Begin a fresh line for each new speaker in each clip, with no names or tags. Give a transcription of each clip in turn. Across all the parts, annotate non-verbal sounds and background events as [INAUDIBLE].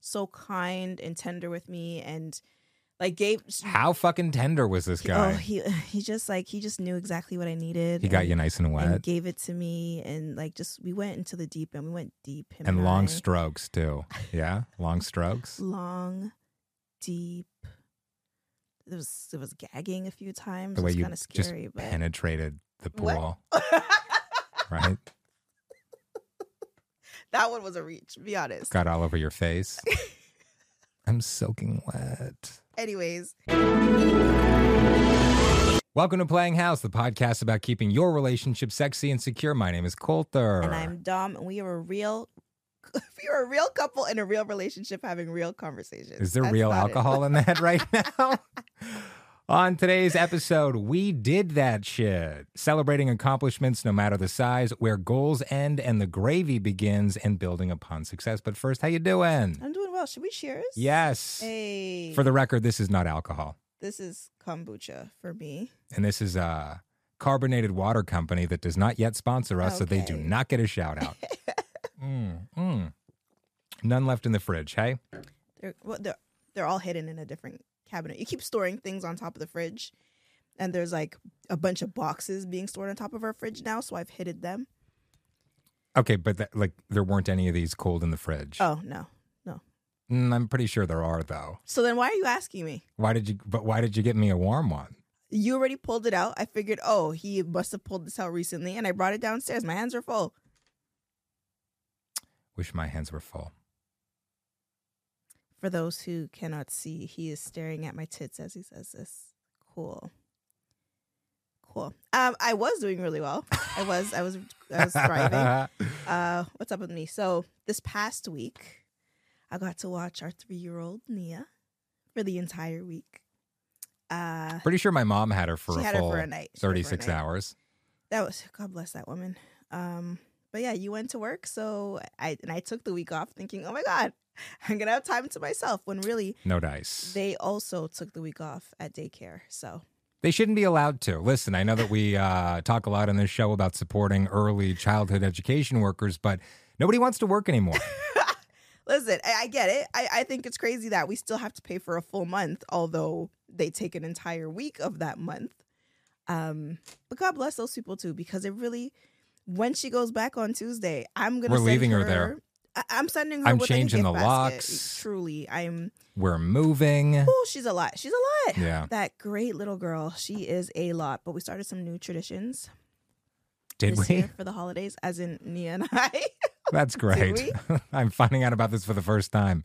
so kind and tender with me and like gave
How fucking tender was this
Oh,
guy?
he [LAUGHS] he just like he just knew exactly what I needed.
he got
and-
you nice and wet
and
and,
gave it to me and like just we went into the deep end. We went deep him I.
long strokes too. Yeah, long
[LAUGHS]
strokes.
long, deep. There was it was gagging a few times.
the way
it was
you
kind of
just
scary, but
penetrated the
What?
pool, right?
[LAUGHS] that one was a reach. Be honest.
Got all over your
[LAUGHS]
face. I'm soaking wet.
Anyways,
Welcome to Playing House, the podcast about keeping your relationship sexy and secure. My name is Coulter.
and I'm Dom, and we are a real. [LAUGHS] We are a real couple in a real relationship having real conversations.
Is there
That's
real
about it.
alcohol in that
[LAUGHS]
right now? On today's episode, we did that shit. Celebrating accomplishments no matter the size, where goals end and the gravy begins and building upon success. But first, how you doing?
I'm doing well. Should we cheers?
Yes.
Hey.
For the record, this is not alcohol.
this is kombucha for me.
And this is a carbonated water company that does not yet sponsor us, so they do
Okay.
not get a shout
[LAUGHS]
out. Mm, mm. None left in the fridge, hey?
They're well, they're they're all hidden in a different cabinet. You keep storing things on top of the fridge, and there's like a bunch of boxes being stored on top of our fridge now. So I've hidden them.
Okay, but that, like there weren't any of these cold in the fridge.
Oh no.
Mm, I'm pretty sure there are though.
So then why are you asking me?
Why did you? But why did you get me a warm one?
You already pulled it out. I figured, oh, he must have pulled this out recently, and I brought it downstairs. My hands are full.
Wish my hands were full.
For those who cannot see, he is staring at my tits as he says this. Cool. Cool. Um, I was doing really well. I was. I was. I was thriving.
[LAUGHS]
uh, what's up with me? So this past week, I got to watch our three-year-old Nia for the entire week. Uh,
pretty sure my mom had her for
she
a
had her
full
for a night. She had her for a
thirty-six
night.
hours.
that was God bless that woman. Um, but yeah, you went to work, so I and I took the week off, thinking, oh my God, I'm gonna have time to myself. When really,
No dice. They,
they also took the week off at daycare. So
shouldn't be allowed to. Listen, I know that we uh, talk a lot on this show about supporting early childhood education workers, but nobody wants to
[LAUGHS]
work anymore.
listen, I, I get it. I, I think it's crazy that we still have to pay for a full month, although they take an entire week of that month. Um, but God bless those people too, because it really, when she goes back on Tuesday, I'm gonna.
We're
send
leaving her there.
I, I'm sending her.
I'm
with, like, a
changing
gift
the
basket.
locks.
Truly, I'm.
We're moving.
Oh, she's a lot. She's a lot.
Yeah.
That great little girl. She is a lot. But we started some new traditions
Did
this
we?
year for the holidays, as in Nia and I.
[LAUGHS] That's great. [LAUGHS] I'm finding out about this for the first time.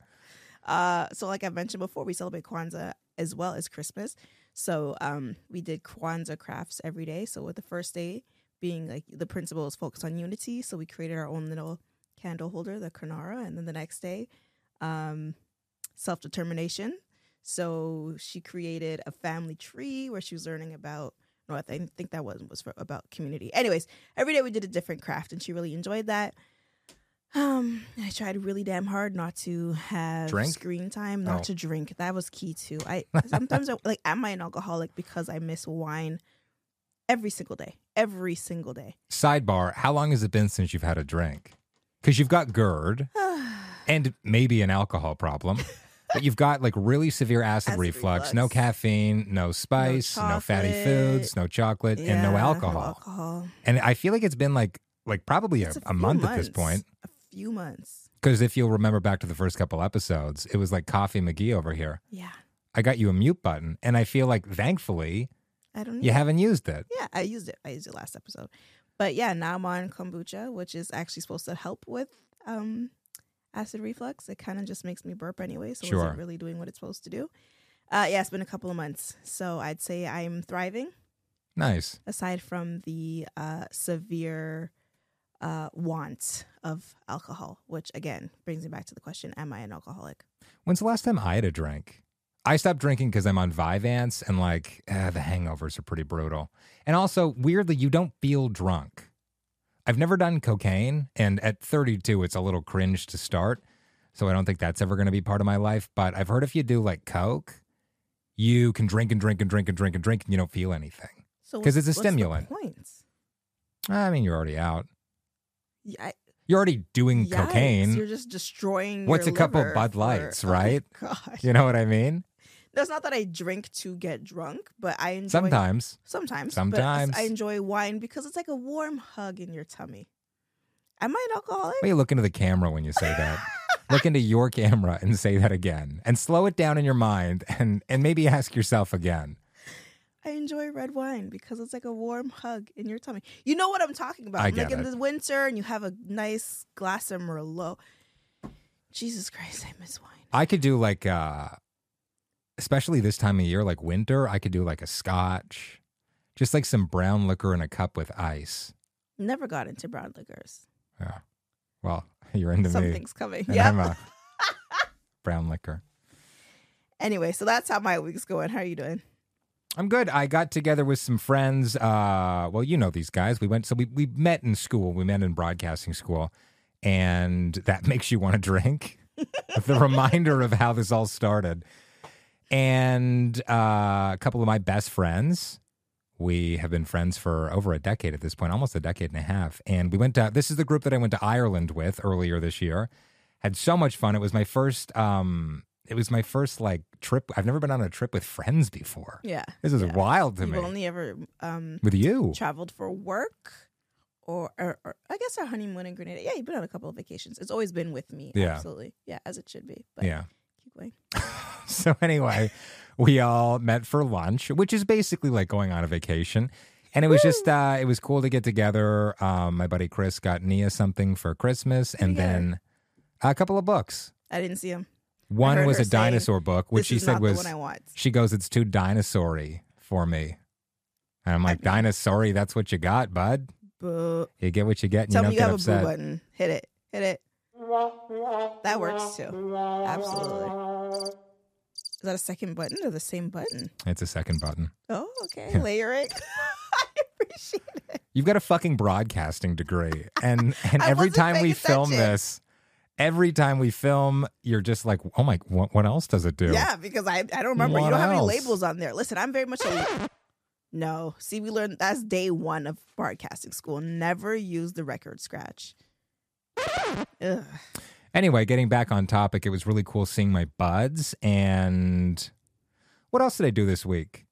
Uh, so like I mentioned before, we celebrate Kwanzaa as well as Christmas. So um, we did Kwanzaa crafts every day. So with the first day being like the principle is focused on unity, so we created our own little candle holder, the Kanara, and then the next day, um, self determination. So she created a family tree where she was learning about. No, I think think that one was for, about community. Anyways, every day we did a different craft, and she really enjoyed that. Um, I tried really damn hard not to have
Drink?
screen time, not
Oh.
to drink. That was key too.
[LAUGHS]
I sometimes I, like am I an alcoholic because I miss wine every single day, every single day. [SIGHS]
Sidebar: How long has it been since you've had a drink? Because you've got GERD. and maybe an alcohol
[LAUGHS]
problem. But you've got like really severe acid,
Acid
reflux,
reflux.
no caffeine, no spice, no, fatty
chocolate.
foods, no chocolate, and
Yeah,
no alcohol.
alcohol.
And I feel like it's been like like probably a,
It's
a
few
month at this
months.
point.
A few months.
Because if you'll remember back to the first couple episodes, it was like Coffee McGee over here.
Yeah.
I got you a mute button, and I feel like thankfully
I don't
you
need
haven't used it.
Yeah, I used it. I used it last episode. But yeah, now I'm on kombucha, which is actually supposed to help with um, acid reflux. It kind of just makes me burp anyway, so
Sure.
it's really doing what it's supposed to do. Uh, yeah, it's been a couple of months, so I'd say I'm thriving.
Nice.
Aside from the uh, severe uh, want of alcohol, which again brings me back to the question: Am I an alcoholic?
When's the last time I had a drink? I stopped drinking because I'm on Vyvanse and like ah, the hangovers are pretty brutal. And also, weirdly, you don't feel drunk. I've never done cocaine, and at 32, it's a little cringe to start. So I don't think that's ever going to be part of my life. But I've heard if you do like Coke, you can drink and drink and drink and drink and drink and you don't feel anything.
So
'Cause
what's-
it's a
what's the
stimulant.
Point.
I mean, you're already out.
Yeah, I-
You're already doing
Yikes,
cocaine.
You're just destroying.
What's
your
a couple
liver
Bud
for- [LAUGHS]
Lights,
oh my
right?
God,
You know what I mean?
that's not that I drink to get drunk, but I enjoy
Sometimes.
Sometimes. but
Sometimes.
I enjoy wine because it's like a warm hug in your tummy. Am I an alcoholic?
Why you look into the camera when you say that? look into your camera and say that again. And slow it down in your mind and, and maybe ask yourself again.
I enjoy red wine because it's like a warm hug in your tummy. You know what I'm talking about.
I
like
get
in
it.
the winter and you have a nice glass of Merlot. Jesus Christ, I miss wine.
I could do like uh especially this time of year, like winter, I could do like a scotch. Just like some brown liquor in a cup with ice.
Never got into brown liquors.
Yeah. Well, [LAUGHS] you're into me.
Something's coming.
And
Yeah.
I'm a brown liquor.
anyway, so that's how my week's going. How are you doing?
I'm good. I got together with some friends. Uh, well, you know these guys. We went, so we, we met in school. We met in broadcasting school, and that [LAUGHS] makes you want to drink. [LAUGHS] the reminder of how this all started. And uh, a couple of my best friends. We have been friends for over a decade at this point, almost a decade and a half. And we went to this is the group that I went to Ireland with earlier this year. Had so much fun. It was my first. Um, it was my first like trip. I've never been on a trip with friends before.
Yeah.
This is
Yeah.
wild to
You've
me.
only ever um,
With you.
traveled for work or, or, or I guess our honeymoon in Grenada. Yeah, you've been on a couple of vacations. It's always been with me.
Yeah.
Absolutely. Yeah, as it should be. But
Yeah. [LAUGHS]
keep going.
So anyway, we all met for lunch, which is basically like going on a vacation. And it was just uh it was cool to get together. Um my buddy Chris got Nia something for Christmas and
Yeah.
then a couple of books.
I didn't see him.
One
heard
was
her
a
saying,
dinosaur book, which
this
she
is
said
not
was
the one I want.
she goes, It's too dinosaury for me. And I'm like, Dinosaury, that's what you got, bud.
Boo.
You get what you get and
Tell
you
me you have
don't get
a
upset.
boo button. Hit it. Hit it. That works too. Absolutely. Is that a second button or the same button?
It's a second button.
Oh, okay. Layering. [LAUGHS] I appreciate it.
You've got a fucking broadcasting degree.
[LAUGHS]
And and
I
every
wasn't
time
paying
we film
attention.
this, every time we film, you're just like, "Oh my, what, what else does it do?"
Yeah, because I, I don't remember.
What
you don't have any
else?
labels on there. Listen, I'm very much
[LAUGHS]
a. No. See, we learned that's day one of broadcasting school. Never use the record scratch. Ugh.
Anyway, getting back on topic, it was really cool seeing my buds and what else did I do this week?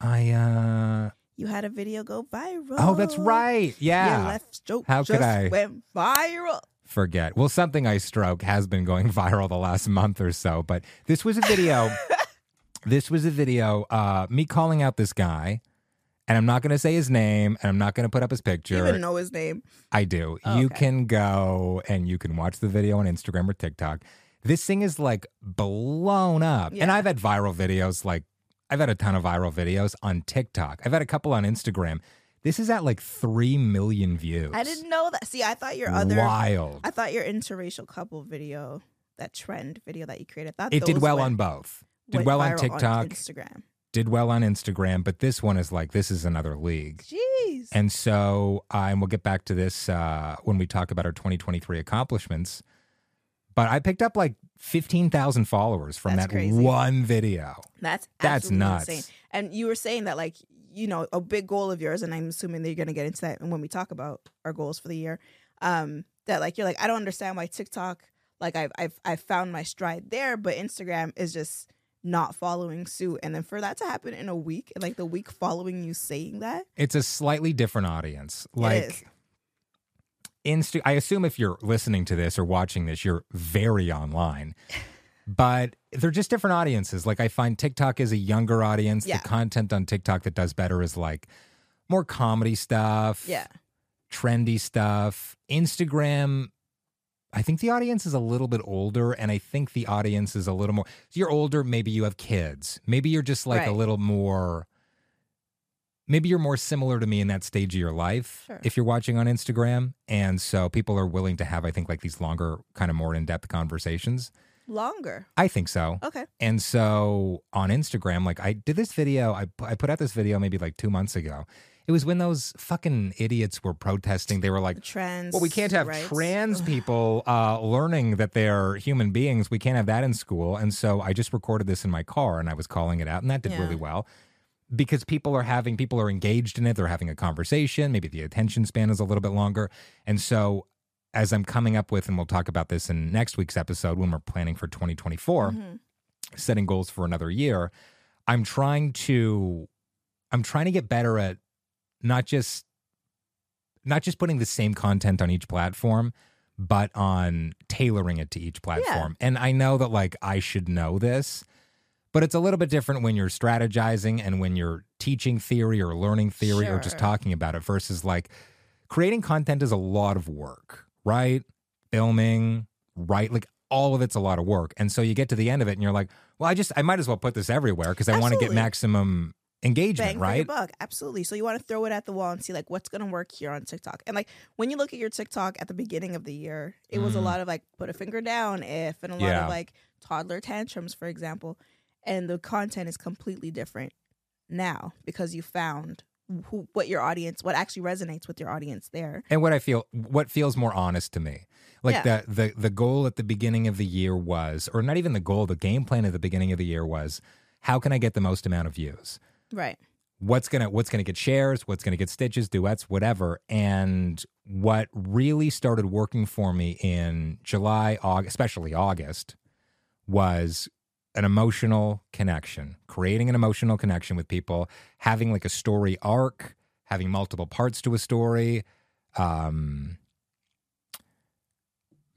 I uh
You had a video go viral.
Oh, that's right.
Your
Yeah.
left stroke
How could
just
I?
went viral.
Forget. Well, something I stroke has been going [LAUGHS] viral the last month or so, but this was
[LAUGHS]
a video this was a video uh me calling out this guy and I'm not going to say his name and I'm not going to put up his
You
picture.
even know his name.
I do.
Oh,
you
okay.
can go and you can watch the video on Instagram or TikTok. This thing is like blown up. And
Yeah.
I've had viral videos like I've had a ton of viral videos on TikTok. I've had a couple on Instagram. This is at like 3 million views.
I didn't know that. See, I thought your other
Wild.
I thought your interracial couple video, that trend video that you created, I thought
It did
those
well
went-
on both. Did
went
well on
viral
TikTok.
Instagram.
Did well on Instagram, but this one is like this is another league.
Jeez.
And so, uh, and we'll get back to this uh, when we talk about our 2023 accomplishments. But I picked up like 15,000 followers from
That's
that
crazy.
one video.
that's
That's
absolutely
nuts.
insane. And you were saying that like you know a big goal of yours, and I'm assuming that you're going to get into that when we talk about our goals for the year. Um, that like you're like I don't understand why TikTok like I've I've I've found my stride there, but Instagram is just not following suit. And then for that to happen in a week, like the week following you saying that,
It's a slightly different audience.
is.
Like, Insta- I assume if you're listening to this or watching this, you're
[LAUGHS]
very online. But they're just different audiences. Like, I find TikTok is a younger audience.
Yeah.
The content on TikTok that does better is like more comedy stuff.
yeah,
trendy stuff. Instagram, I think the audience is a little bit older, and I think the audience is a little more. So you're older, maybe you have kids, maybe you're just like a
Right.
little more. Maybe you're more similar to me in that stage of your life
Sure.
if you're watching on Instagram. And so people are willing to have, I think, like these longer, kind of more in depth conversations.
longer.
I think so.
Okay,
And so on Instagram, like I did this video, I, pu- I put out this video maybe like two months ago. It was when those fucking idiots were protesting. They were like,
the trans.
well, we can't have
rights. [LAUGHS]
trans
Ugh.
people uh, learning that they're human beings. We can't have that in school. And so I just recorded this in my car and I was calling it out, and that did
Yeah.
really well because people are having, people are engaged in it. They're having a conversation. Maybe the attention span is a little bit longer. And so as I'm coming up with, and we'll talk about this in next week's episode when we're planning for 2024,
Mhm.
setting goals for another year, I'm trying to I'm trying to get better at not just not just putting the same content on each platform, but on tailoring it to each platform. And I know that like I should know this, but it's a little bit different when you're strategizing and when you're teaching theory or learning theory or just
Sure.
talking about it versus like creating content is a lot of work, right? Filming, right? Like all of it's a lot of work. And so you get to the end of it and you're like, well, I just, I might as well put this everywhere because I want to get
Absolutely.
maximum engagement,
Bang for your
right?
buck. Absolutely. So you want to throw it at the wall and see like what's going to work here on TikTok. And like when you look at your TikTok at the beginning of the year, it was a
Mm.
lot of like put a finger down if and a lot
Yeah.
of like toddler tantrums, for example. And the content is completely different now because you found who, what your audience, what actually resonates with your audience there.
And what I feel, what feels more honest to me, like
Yeah.
the, the, the goal at the beginning of the year was, or not even the goal, the game plan at the beginning of the year was, how can I get the most amount of views?
Right.
what's gonna what's gonna get shares, what's gonna get stitches, duets, whatever. And what really started working for me in July, August, especially August, was an emotional connection, creating an emotional connection with people, having like a story arc, having multiple parts to a story. Um,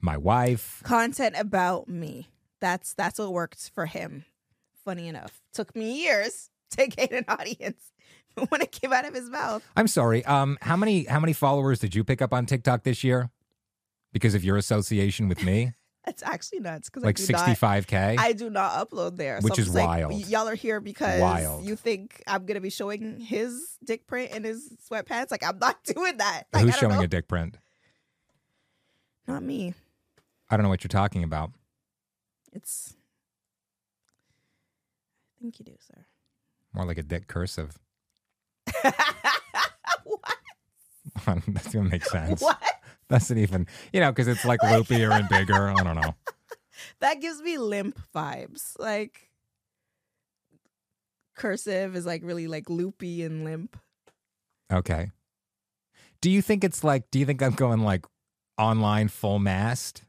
my wife,
Content about me. That's that's what worked for him. Funny enough, took me years [LAUGHS] to gain an audience. [LAUGHS] But when it came out of his mouth,
I'm sorry. Um, how many how many followers did you pick up on TikTok this year? Because of your association with me,
That's actually nuts because
like
I do not.
65k.
I do not upload there,
Which
so
is
it's like,
wild.
y- y'all are here because
Wild.
you think I'm gonna be showing his dick print in his sweatpants. Like I'm not [LAUGHS] doing that. Like,
Who's
I don't
showing
know.
a dick print?
Not me.
I don't know what you're talking about.
It's. I think you do, sir. [LAUGHS]
More like a dick cursive. [LAUGHS]
what?
That's gonna make sense.
[LAUGHS] What?
Doesn't even, you know,
[LAUGHS]
because it's like
Like-
loopier and bigger. I don't know.
That gives me limp vibes. Like cursive is like really like loopy and limp.
Okay. Do you think it's like? Do you think I'm going like online full mast?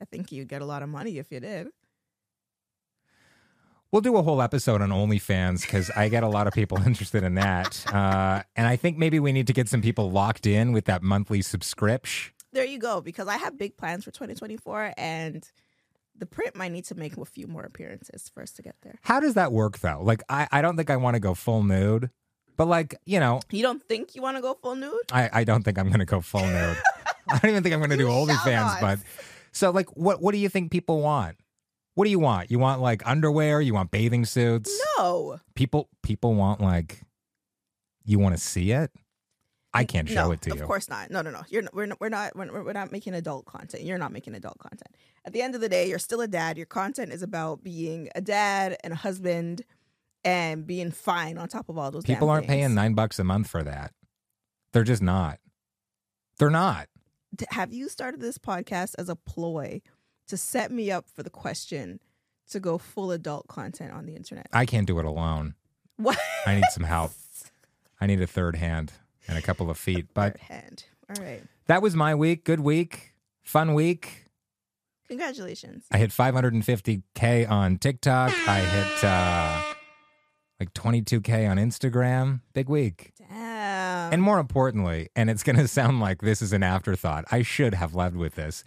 I think you'd get a lot of money if you did.
We'll do a whole episode on OnlyFans because I get a lot of people [LAUGHS] interested in that, uh, and I think maybe we need to get some people locked in with that monthly subscription.
there you go because i have big plans for 2024 and the print might need to make a few more appearances for us to get there
How does that work though? Like, I, I don't think I want to go full nude, but like, you know,
you don't think you want to go full nude
I, I don't think I'm going to go
[LAUGHS]
full nude. I don't even think I'm going to do
You shall not.
OnlyFans. But so, like, what what do you think people want? What do you want? You want like underwear? You want bathing suits?
no
People people want like you want to see it. I can't show
no,
it to
of
you.
course not no no no you're not, we're not we're not we're, we're not making adult content you're not making adult content at the end of the day you're still a dad your content is about being a dad and a husband and being fine on top of all those damn
People aren't
things.
paying nine bucks a month for that. They're just not. They're not.
D- have you started this podcast as a ploy to set me up for the question to go full adult content on the internet
I can't do it alone.
What?
I need
[LAUGHS]
some help. I need a third hand and a couple of feet. But
Third hand. All right.
that was my week. Good week. Fun week.
Congratulations.
I hit 550k on TikTok. I hit uh, like 22k on Instagram. Big week.
Damn.
And more importantly, and it's going to [LAUGHS] sound like this is an afterthought. I should have led with this.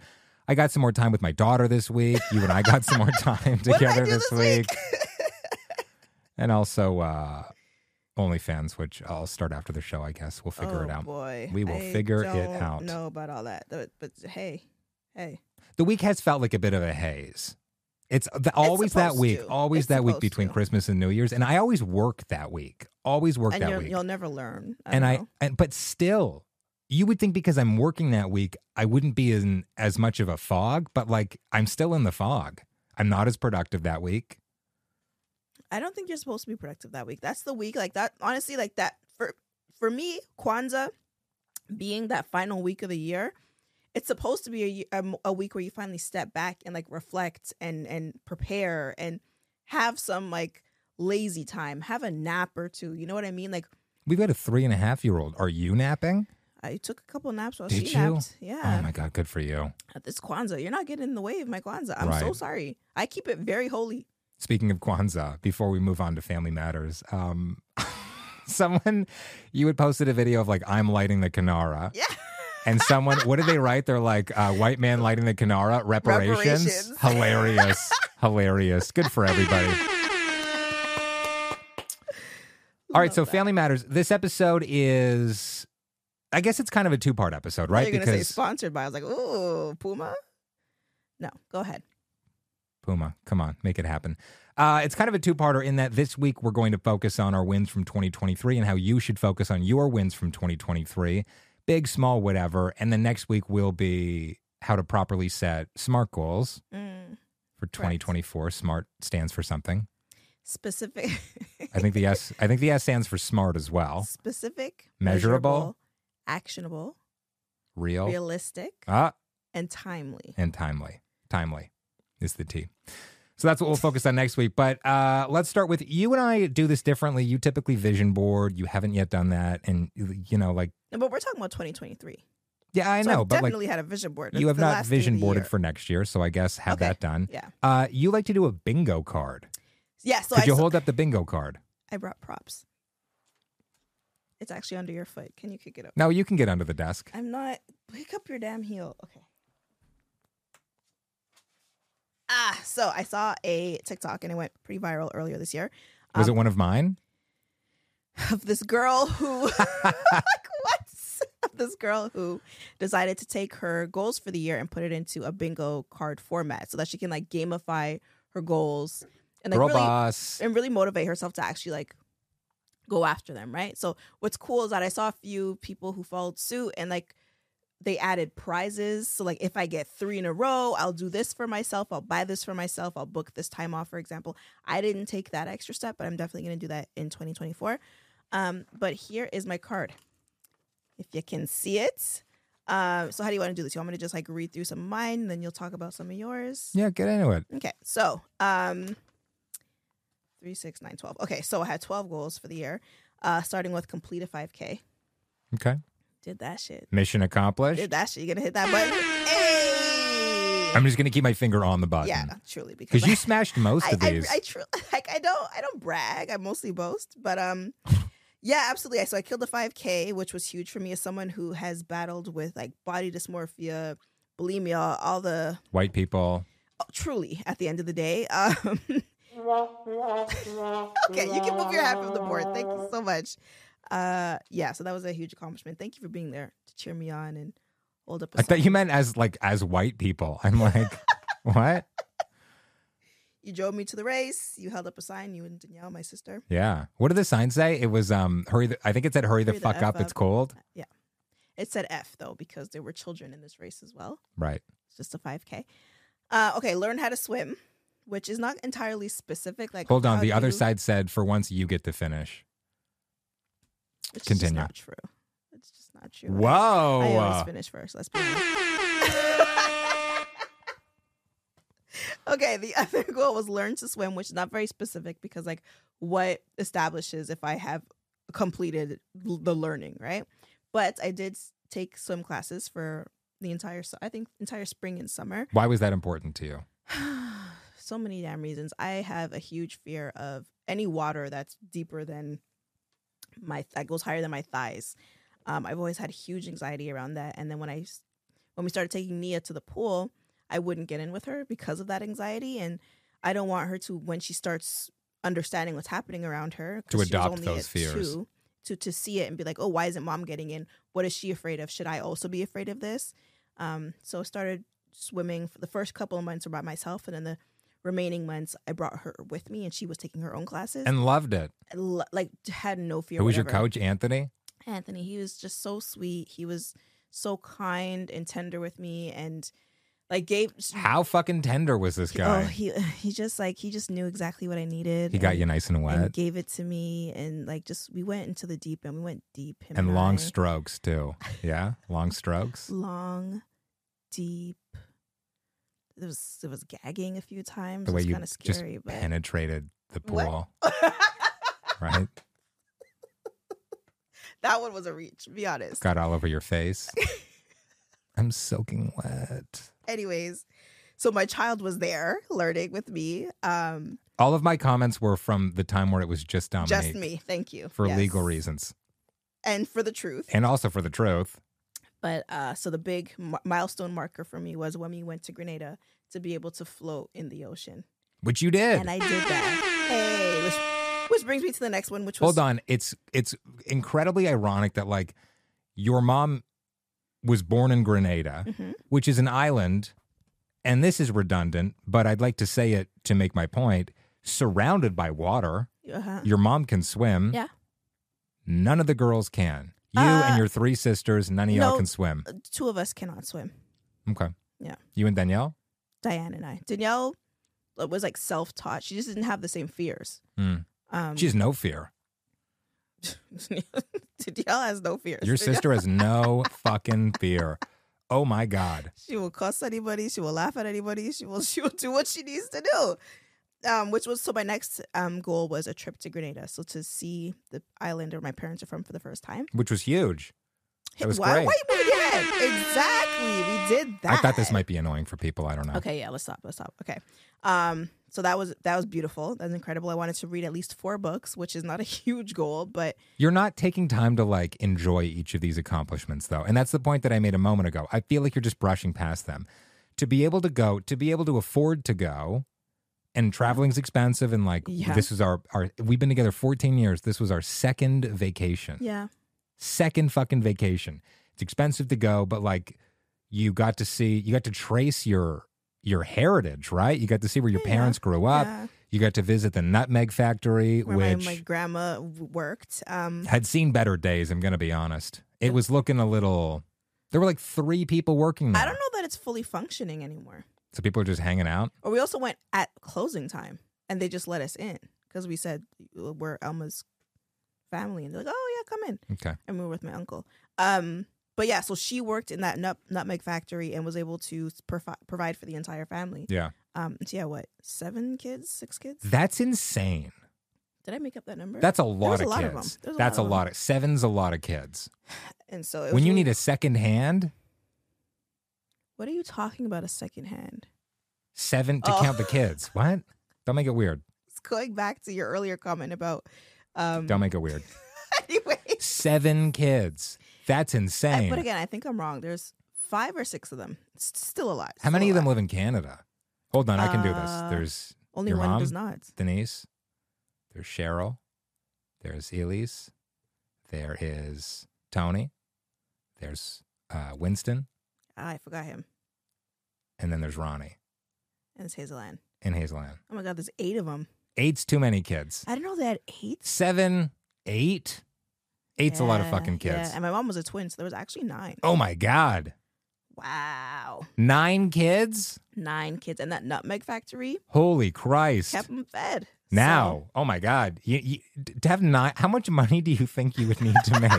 I got some more time with my daughter this week. You and I got some more [LAUGHS] time
What did I
together
do
this
this
week. and also uh OnlyFans, which I'll start after the show, I guess. We'll [LAUGHS] figure
oh,
it out.
Boy.
We will
I
figure it
don't
out.
Know about all that, but, but hey, hey.
the week has felt like a bit of a haze. It's the, always that
supposed
week,
to.
always
It's
that week
supposed
between
to.
Christmas and New Year's, and I always work that week. Always work
And
that
you'll,
week,
you'll never learn. I
and
don't
I
know.
and but still, you would think because I'm working that week, I wouldn't be in as much of a fog, but like I'm still in the fog. I'm not as productive that week.
I don't think you're supposed to be productive that week. That's the week like that. Honestly, like that for for me, Kwanzaa being that final week of the year, it's supposed to be a, ye- a m- a week where you finally step back and like reflect and and prepare and have some like lazy time, have a nap or two. You know what I mean? Like
We've got a three and a half year old. Are you napping?
I took a couple naps while
Did
she
you?
napped. Yeah.
Oh my god, good for you.
At this Kwanzaa, you're not getting in the way of my Kwanzaa. I'm so
Right.
sorry. I keep it very holy.
Speaking of Kwanzaa, before we move on to family matters, um, [LAUGHS] someone you had posted a video of like I'm lighting the Canara,
Yeah.
and someone what did they write? They're like uh, white man lighting the Canara reparations.
Reparations. [LAUGHS]
Hilarious, hilarious. Good for everybody. All right,
Love
so
that.
Family Matters. This episode is, I guess it's kind of a two part episode,
I thought
right?
you were gonna say sponsored by. I was like, ooh, Puma. No, go ahead.
Puma, come on, make it happen. Uh, it's kind of a two parter in that this week we're going to focus on our wins from 2023 and how you should focus on your wins from 2023, big, small, whatever. And then next week will be how to properly set smart goals
Mm,
for 2024. Smart stands for something.
specific.
I think
[LAUGHS]
the S. I think the S stands for smart as well.
specific.
Measurable.
actionable,
Real,
realistic,
ah,
and timely.
and timely. Timely is the T. So that's what we'll focus on next week. But uh, let's start with you and I do this differently. You typically vision board. You haven't yet done that, and you know, like
No, but we're talking about 2023.
yeah, I
So
know,
I've
but like
definitely had a vision board.
you
It's
have
the
not
last thing of
vision
the
boarded
year.
for next year. So I guess have
Okay.
that done.
Yeah.
Uh, you like to do a bingo card.
Yeah. So
Could
I,
you
s-
hold up the bingo card?
I brought props. It's actually under your foot. Can you kick it up?
No, you can get under the desk.
I'm not. Pick up your damn heel. Okay. Ah, so I saw a TikTok and it went pretty viral earlier this year
Was
Um,
it one of mine?
of this girl who, [LAUGHS] like, what? [LAUGHS] Of this girl who decided to take her goals for the year and put it into a bingo card format so that she can like gamify her goals and like
Girl
really
boss.
and really motivate herself to actually like go after them, right? So what's cool is that I saw a few people who followed suit and like they added prizes. So like if I get 3 in a row, I'll do this for myself, I'll buy this for myself, I'll book this time off for example. I didn't take that extra step, but I'm definitely going to do that in 2024. Um but here is my card. If you can see it. Um so how do you want to do this? You want me to just like read through some of mine and then you'll talk about some of yours?
Yeah, get into it.
Okay, so um, three, six, nine, twelve. Okay, so I had twelve goals for the year, uh, starting with complete a five k.
Okay,
Did that shit.
mission accomplished.
Did that shit. You gonna hit that button? Hey!
I'm just gonna keep my finger on the button.
yeah, truly because
Because you smashed most
I,
of
I,
these.
I tru- [LAUGHS] like I don't I don't brag. I mostly boast, but
[LAUGHS]
um, yeah, absolutely. So I killed a 5K, which was huge for me as someone who has battled with like body dysmorphia, bulimia, all the
White people.
truly at the end of the day. Um, [LAUGHS] okay, you can move your hat from the board. Thank you so much. Uh, yeah, so that was a huge accomplishment. Thank you for being there to cheer me on and hold up. a
I thought you
sign.
meant as like as white people. I'm
[LAUGHS]
like, what?
you drove me to the race. You held up a sign. You and Danielle, my sister.
Yeah. What did the sign say? It was um hurry. The, I think it said hurry the
Hurry the
fuck
F
up. It's
up.
cold.
It said F though because there were children in this race as well.
Right.
It's just a 5K. Uh, okay, learn how to swim, which is not entirely specific. Like
Hold on.
how
The
do
other
you-
side said, for once you get to finish.
which is just
Continue.
not true. It's just not true. I always
Whoa. uh,
finish first. Let's be honest. okay, the [LAUGHS] other goal was learn to swim, which is not very specific because like what establishes if I have completed l- the learning, right? But I did s- take swim classes for the entire su- I think entire spring and summer.
Why was that important to you?
[SIGHS] so many damn reasons. I have a huge fear of any water that's deeper than my that goes higher than my thighs. Um, I've always had huge anxiety around that, and then when I s- when we started taking Nia to the pool, I wouldn't get in with her because of that anxiety, and I don't want her to when she starts understanding what's happening around her 'cause
To
she was
adopt
only
those
at
fears.
two, to to see it and be like, oh, why isn't mom getting in? What is she afraid of? Should I also be afraid of this? Um, so I started swimming for the first couple of months were by myself, and then the remaining months I brought her with me, and she was taking her own classes.
And loved it.
I lo- like had no fear.
Who was your
whatever.
coach, Anthony?
Anthony. He was just so sweet. He was so kind and tender with me, and like gave.
How fucking tender was this
Oh,
guy?
he [LAUGHS] he just like he just knew exactly what I needed.
he got
and-
you nice and
and
wet
gave it to me, and like just we went into the deep, and we went deep. Him
and long
I.
strokes too. Yeah,
[LAUGHS]
long strokes.
long, deep. It was it was gagging a few times.
The way
it was
you
kind of
just
scary, but
penetrated the
What?
pool, right?
[LAUGHS] that one was a reach. Be honest.
Got all over your face. [LAUGHS] I'm soaking wet.
Anyways, so my child was there learning with me. Um,
All of my comments were from the time where it was just Dominique.
just me. Thank you
For
Yes.
legal reasons
and for the truth.
and also for the truth.
But uh, so the big mi- milestone marker for me was when we went to Grenada to be able to float in the ocean,
Which you did.
and I did that. Hey, which, which brings me to the next one, which was
Hold on. It's it's incredibly ironic that like your mom was born in Grenada,
Mhm.
which is an island, and this is redundant, but I'd like to say it to make my point. Surrounded by water,
Uh-huh.
your mom can swim.
Yeah.
None of the girls can. You and
Uh,
your three sisters, none of y'all
no.
can swim.
Two of us cannot swim.
Okay.
Yeah.
You and Danielle?
Diane and I. Danielle uh, was like self taught. She just didn't have the same fears.
Mm.
Um,
She has no fear.
[LAUGHS] Danielle has no fears.
Your
Danielle-
sister has no fucking fear. Oh my God.
[LAUGHS] She will cuss anybody. She will laugh at anybody. She will she will do what she needs to do. Um, which was so my next um goal was a trip to Grenada, so to see the island where my parents are from for the first time.
Which was huge. That was
why,
great.
why you moving your head? Exactly, we did that.
I thought this might be annoying for people. I don't know.
Okay, yeah, let's stop. Let's stop. Okay. Um, so that was that was beautiful. That's incredible. I wanted to read at least four books, which is not a [LAUGHS] huge goal, but
You're not taking time to like enjoy each of these accomplishments though. And that's the point that I made a moment ago. I feel like you're just brushing past them. To be able to go, to be able to afford to go, and traveling's expensive and like
Yeah.
this is our our we've been together 14 years. This was our second vacation.
yeah,
Second fucking vacation. It's expensive to go, but like you got to see you got to trace your your heritage, right? You got to see where your
Yeah.
parents grew up.
yeah.
You got to visit the nutmeg factory,
Where
which
my, my grandma w- worked. Um,
had seen better days. I'm gonna be honest. It was looking a little. There were like three people working there.
I don't know that it's fully functioning anymore.
So people are just hanging out.
Or we also went at closing time, and they just let us in because we said we're Elma's family, and they're like, "Oh yeah, come in."
Okay.
And we were with my uncle. Um, but yeah, so she worked in that nut- nutmeg factory and was able to provi- provide for the entire family.
Yeah.
Um, so yeah, what seven kids, six kids?
That's insane.
Did I make up that number?
Mm. That's a lot
was
of
a lot of
kids.
them. There was a
That's a
lot of them.
lot of seven's a lot of kids.
and so it was
When you
really-
need a second hand,
what are you talking about? A second hand.
seven to
Oh.
count the kids. What? Don't make it weird.
It's going back to your earlier comment about. Um, [LAUGHS]
Don't make it weird.
anyway,
Seven kids. That's
I-
insane.
but again, I think I'm wrong. There's five or six of them. It's still a lot.
How
Still
many
a
of them
lot.
live in Canada? Hold on, I can do this.
Uh,
There's
Only
Your
one
mom?
does not.
Denise. There's Cheryl. There's Elise. There is Tony. There's uh, Winston.
Ah, I forgot him.
And then there's Ronnie
And it's Hazel Ann.
and Hazel Ann.
Oh my God, there's eight of them.
Eight's too many kids.
I didn't know they had eight.
Seven, eight. Eight's a lot of
Yeah,
fucking kids.
Yeah. And my mom was a twin, so there was actually nine.
Oh my God.
Wow.
Nine kids?
Nine kids. And that nutmeg factory
Holy Christ.
kept them fed.
now, oh my God. You, you, to have nine, how much money do you think you would need
[LAUGHS]
to make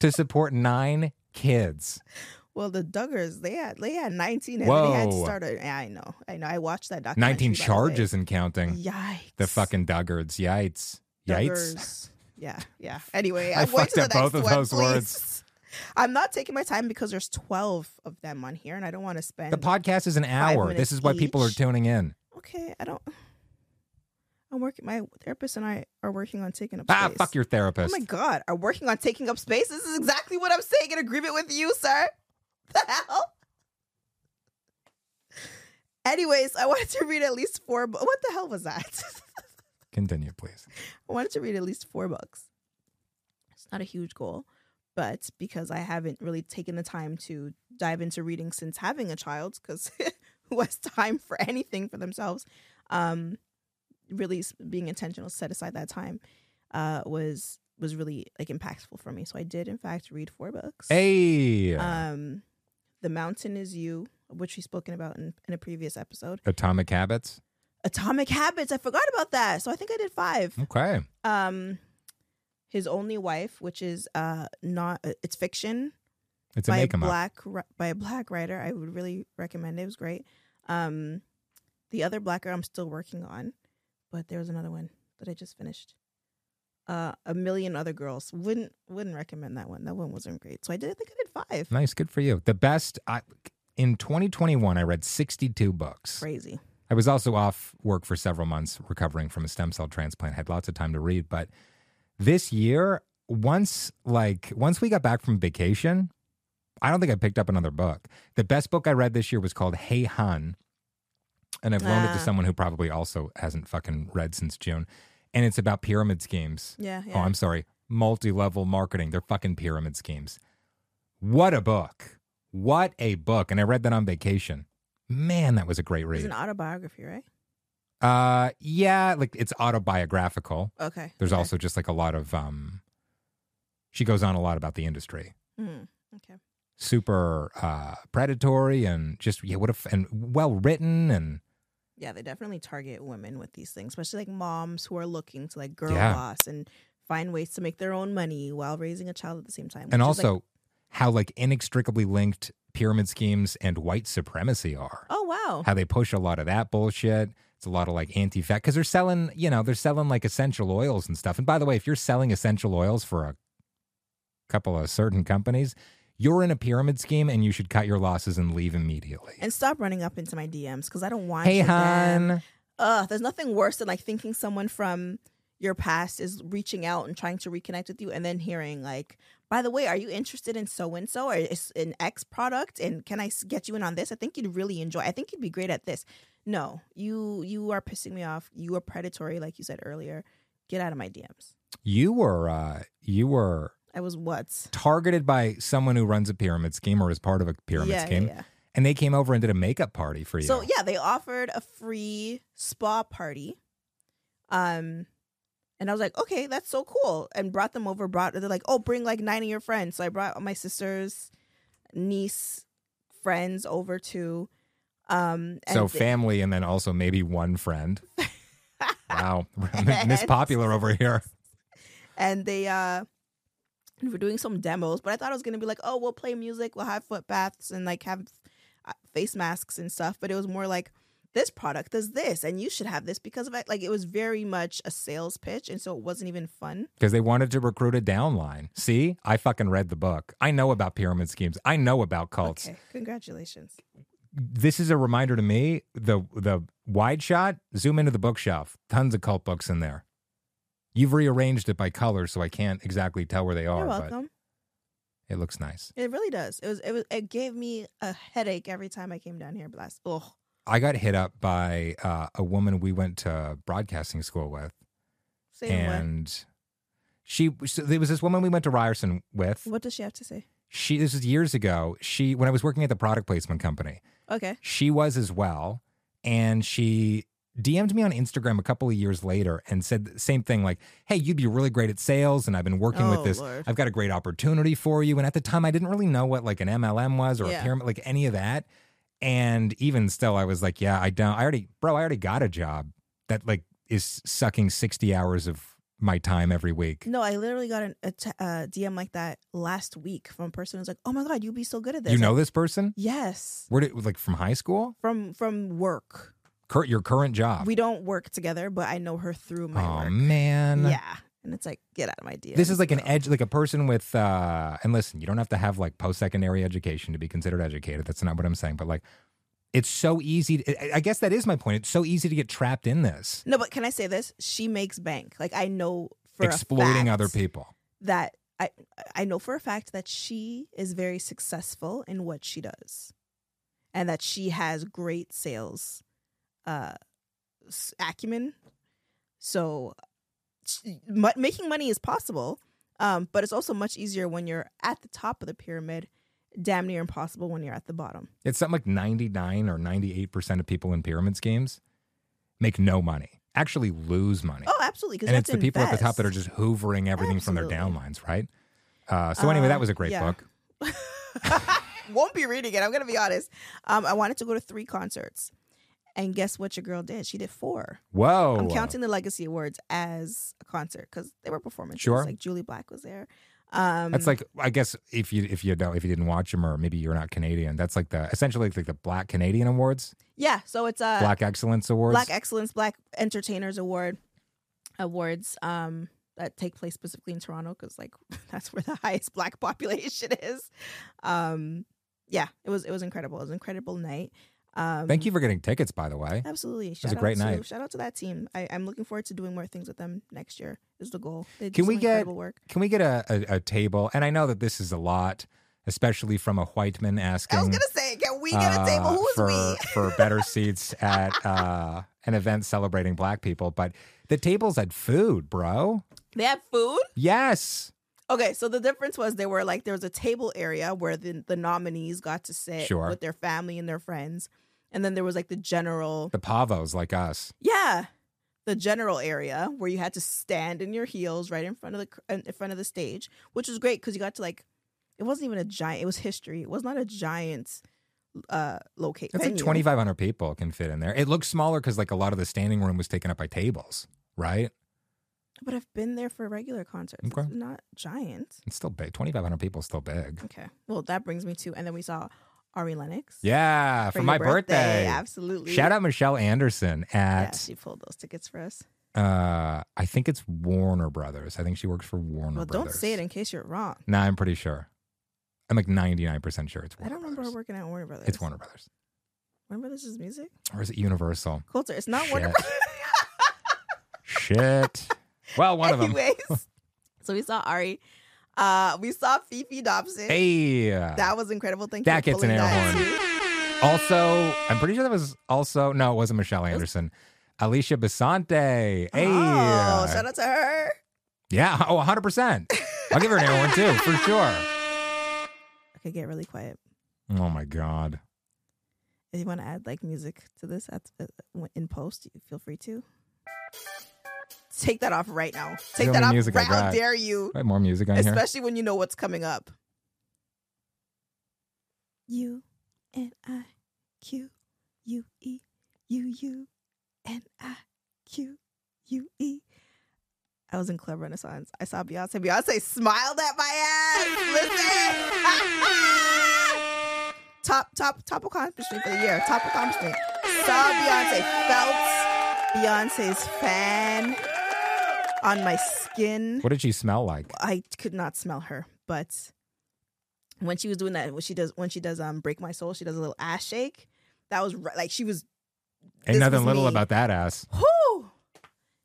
to support nine kids?
So- well, the Duggars, they had they had 19 and they had to
Whoa.
start a, yeah, I know. I know. I watched that documentary.
19
by the way.
charges and counting.
Yikes.
The fucking Duggards. Yites. Yites.
Duggars. Yeah, yeah. Anyway,
I
I'm going
fucked
to the
up
next
both of
one,
those
please.
words.
[LAUGHS] I'm not taking my time because there's 12 of them on here, and I don't want to spend
The podcast is an hour. This
minutes
is why people are
each.
tuning in.
okay, I don't. I'm working. My therapist and I are working on taking up.
Ah,
space.
fuck your
Oh
therapist.
my god, are working on taking up space. This is exactly what I'm saying in agreement with you, sir. [LAUGHS] The hell. Anyways, I wanted to read at least four. Bu- what the hell was that? [LAUGHS]
Continue, please.
I wanted to read at least four books. It's not a huge goal, but because I haven't really taken the time to dive into reading since having a child, because [LAUGHS] who has time for anything for themselves, um, really s- being intentional to set aside that time uh, was was really like impactful for me. So I did in fact read four books.
Hey,
Um, the Mountain is You, which we've spoken about in, in a previous episode.
Atomic Habits.
Atomic Habits. I forgot about that. So I think I did five
Okay,
um his only wife which is uh not uh, it's fiction
it's a
by a
make 'em up.
black ri- by a black writer i would really recommend it it was great um the other blacker i'm still working on but there was another one that i just finished uh, a million other girls. Wouldn't wouldn't recommend that one. That one wasn't great. So I did. I think I did five.
Nice, good for you. The best I in 2021 I read 62 books.
Crazy.
I was also off work for several months recovering from a stem cell transplant. Had lots of time to read, but this year once like once we got back from vacation, I don't think I picked up another book. The best book I read this year was called Hey Han, and I've loaned it to
Ah.
someone who probably also hasn't fucking read since June. And it's about pyramid schemes.
Yeah.
Oh,
yeah.
I'm sorry. Multi level marketing. They're fucking pyramid schemes. What a book. What a book. And I read that on vacation. Man, that was a great
it's
read.
an autobiography, right?
Uh yeah, like it's autobiographical.
Okay.
There's
okay.
also just like a lot of um she goes on a lot about the industry.
Mm, okay.
Super uh predatory and just yeah, what if and well written and
Yeah, they definitely target women with these things, especially like moms who are looking to like girl
Yeah.
boss and find ways to make their own money while raising a child at the same time. which
and
is, like,
also how like inextricably linked pyramid schemes and white supremacy are.
oh wow,
how they push a lot of that bullshit. It's a lot of like anti fat because they're selling, you know, they're selling like essential oils and stuff. And by the way, if you're selling essential oils for a couple of certain companies, you're in a pyramid scheme and you should cut your losses and leave immediately.
and stop running up into my DMs because I don't want.
Hey,
your damn-
hon.
Ugh, there's nothing worse than like thinking someone from your past is reaching out and trying to reconnect with you, and then hearing like, by the way, are you interested in so and so or is an X product, and can I s- get you in on this? I think you'd really enjoy. I think you'd be great at this. No, you you are pissing me off. You are predatory, like you said earlier. Get out of my DMs.
You were, uh, you were
I was what?
targeted by someone who runs a pyramid scheme or is part of a pyramid
yeah,
scheme.
yeah, yeah.
And they came over and did a makeup party for you.
So yeah, they offered a free spa party. Um and I was like, okay, that's so cool. And brought them over, brought they're like, oh, bring like nine of your friends. So I brought my sister's niece friends over to um and
So
they-
family and then also maybe
[LAUGHS]
one friend. wow. [LAUGHS] Miss Popular over here.
and they uh we were doing some demos but i thought it was gonna be like oh we'll play music we'll have foot baths and like have uh, face masks and stuff but it was more like this product does this and you should have this because of it like it was very much a sales pitch and so it wasn't even fun
because they wanted to recruit a downline. See, I fucking read the book. I know about pyramid schemes. I know about cults.
okay congratulations
This is a reminder to me. The the wide shot, zoom into the bookshelf. Tons of cult books in there. You've rearranged it by color, so I can't exactly tell where they are,
you're
but
welcome
it looks nice.
it really does it was it was it gave me a headache every time i came down here blast oh
I got hit up by uh, a woman we went to broadcasting school with,
same one
and she so there was this woman we went to Ryerson with.
what does she have to say
She this was years ago. She when I was working at the product placement company.
okay
She was as well. And she DM'd me on Instagram a couple of years later and said the same thing like, hey, you'd be really great at sales. And I've been working
Oh,
with this.
Lord.
I've got a great opportunity for you. And at the time, I didn't really know what like an MLM was or
Yeah.
a pyramid, like any of that. And even still, I was like, yeah, I don't, I already, bro, I already got a job that like is sucking 60 hours of my time every week.
No, I literally got an, a t- uh, DM like that last week from a person who's like, "Oh my god, you'd be so good at this."
you
Like,
know this person?
yes,
Where did, like from high school?
from from work.
Cur- your current job.
We don't work together, but I know her through my
oh,
work.
man.
Yeah, and it's like, get out of my DM.
This is like an
bro.
edge, like a person with, uh, and listen, you don't have to have like post secondary education to be considered educated. That's not what I'm saying, but like, it's so easy. To, I- I guess that is my point. It's so easy to get trapped in this,
No, but can I say this? She makes bank. Like I know for a
exploiting
fact
other people.
that I I know for a fact that she is very successful in what she does, and that she has great sales uh, s- acumen. So, she, mu- making money is possible, um, but it's also much easier when you're at the top of the pyramid. Damn near impossible when you're at the bottom.
It's something like 99 or 98% of people in pyramid schemes make no money, actually lose money.
Oh, absolutely. 'cause
and
you
it's the
have to
people at the top
invest.
that are just hoovering everything from their
Absolutely.
downlines, right? Uh, so, anyway,
Uh,
that was a great
yeah.
book.
[LAUGHS] won't be reading it. I'm gonna be honest. Um, I wanted to go to three concerts, and guess what? Your girl did. She did four.
Whoa.
I'm counting the Legacy Awards as a concert because they were performances.
Sure.
Like Julie Black was there. Um,
That's like I guess if you if you don't if you didn't watch them or maybe you're not Canadian, that's like the essentially like the Black Canadian Awards,
yeah. So it's uh,
Black Excellence Awards.
Black Excellence, Black Entertainers Award awards. Um, that take place specifically in Toronto because like [LAUGHS] that's where the highest black population [LAUGHS] is. Um, yeah, it was it was incredible. It was an incredible night. Um,
Thank you for getting tickets, by the way.
Absolutely,
was a great
out To,
night.
shout out to that team. I, I'm looking forward to doing more things with them next year. Is the goal? They do
Can we
some
get-
incredible work?
Can we get a, a, a table? And I know that this is a lot, especially from a white man asking.
I was gonna say, can we get a table?
uh,
Who is
for,
we?
for
[LAUGHS]
better seats at uh, an event celebrating black people. But the tables had food, bro.
They had food.
Yes.
Okay, so the difference was there were like there was a table area where the the nominees got to sit
Sure.
with their family and their friends, and then there was like the general
The pavos like us.
Yeah. The general area where you had to stand in your heels right in front of the cr- in front of the stage, which was great because you got to like, it wasn't even a giant. It was history. It was not a giant uh location.
It's like 2,500 people can fit in there. It looks smaller because like a lot of the standing room was taken up by tables, right?
But I've been there for regular concerts.
Okay.
It's not giant.
It's still big. 2,500 people is still big.
Okay. Well, that brings me to, and then we saw Ari Lennox.
Yeah, for,
your
my birthday.
Absolutely.
Shout out Michelle Anderson
Yeah,
at
she pulled those tickets for us.
uh I think it's Warner Brothers. I think she works for Warner
Well,
Brothers.
don't say it in case you're wrong.
No, I'm pretty sure. I'm like 99% sure it's
I
Warner
don't remember her
Brothers.
working at Warner Brothers.
It's Warner Brothers.
Warner Brothers is music.
Or is it Universal?
Coulter, it's not Warner
Shit.
Brothers. [LAUGHS]
Shit. Well, one of them.
Anyways, so we saw Ari. Uh, we saw Fifi Dobson.
Hey.
That was incredible. Thank you.
That
for
gets an
pulling
air
that.
also, I'm pretty sure that was also no, it wasn't Michelle
was-
Anderson. Alicia Basante. Hey.
Oh, shout out to her.
yeah. Oh, 100%. I'll give her an air one too, for sure.
Okay, get really quiet.
Oh my god.
If you want to add like music to this at, uh, in post, you feel free to. Take that off right now. Take
The
that
only
off
music I
right How
got.
dare you?
Wait, more music on here.
Especially when you know what's coming up. U N I Q U E U U N I Q U E. I was in Club Renaissance. I saw Beyonce. Beyonce smiled at my ass. Listen. [LAUGHS] top, top, top accomplishment for the year. Top accomplishment. Saw Beyonce. Felt Beyonce's fan on my skin.
What did she smell like?
I could not smell her, but when she was doing that, when she does when she does um break my soul, she does a little ass shake. That was ri- like she was.
Ain't
This
nothing
was
little
me.
about that ass.
Whoo!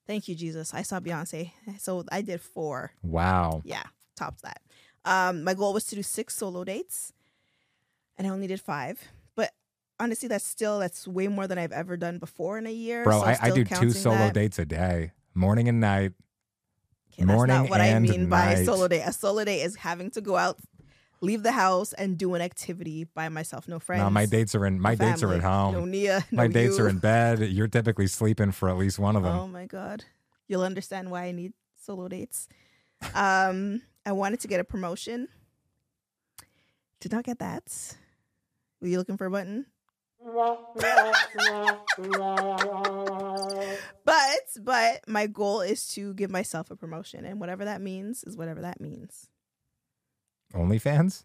Thank you, Jesus. I saw Beyonce, so I did four.
Wow.
Yeah, tops that. Um, my goal was to do six solo dates, and I only did five. But honestly, that's still that's way more than I've ever done before in a year.
Bro,
so
I, I
still
do two
counting
solo
that.
dates a day, morning and night.
Okay, that's
Morning
not what I
and
mean by
night.
solo day. A solo day is having to go out, leave the house, and do an activity by myself. No friends.
Now my dates are in my
no
dates are at
family,
home.
No Nia.
my
no
dates
you.
are in bed. You're typically sleeping for at least one of them.
Oh my god, you'll understand why I need solo dates. Um, I wanted to get a promotion. Did not get that. Were you looking for a button? but but my goal is to give myself a promotion, and whatever that means is whatever that means. Oh. [LAUGHS]
OnlyFans?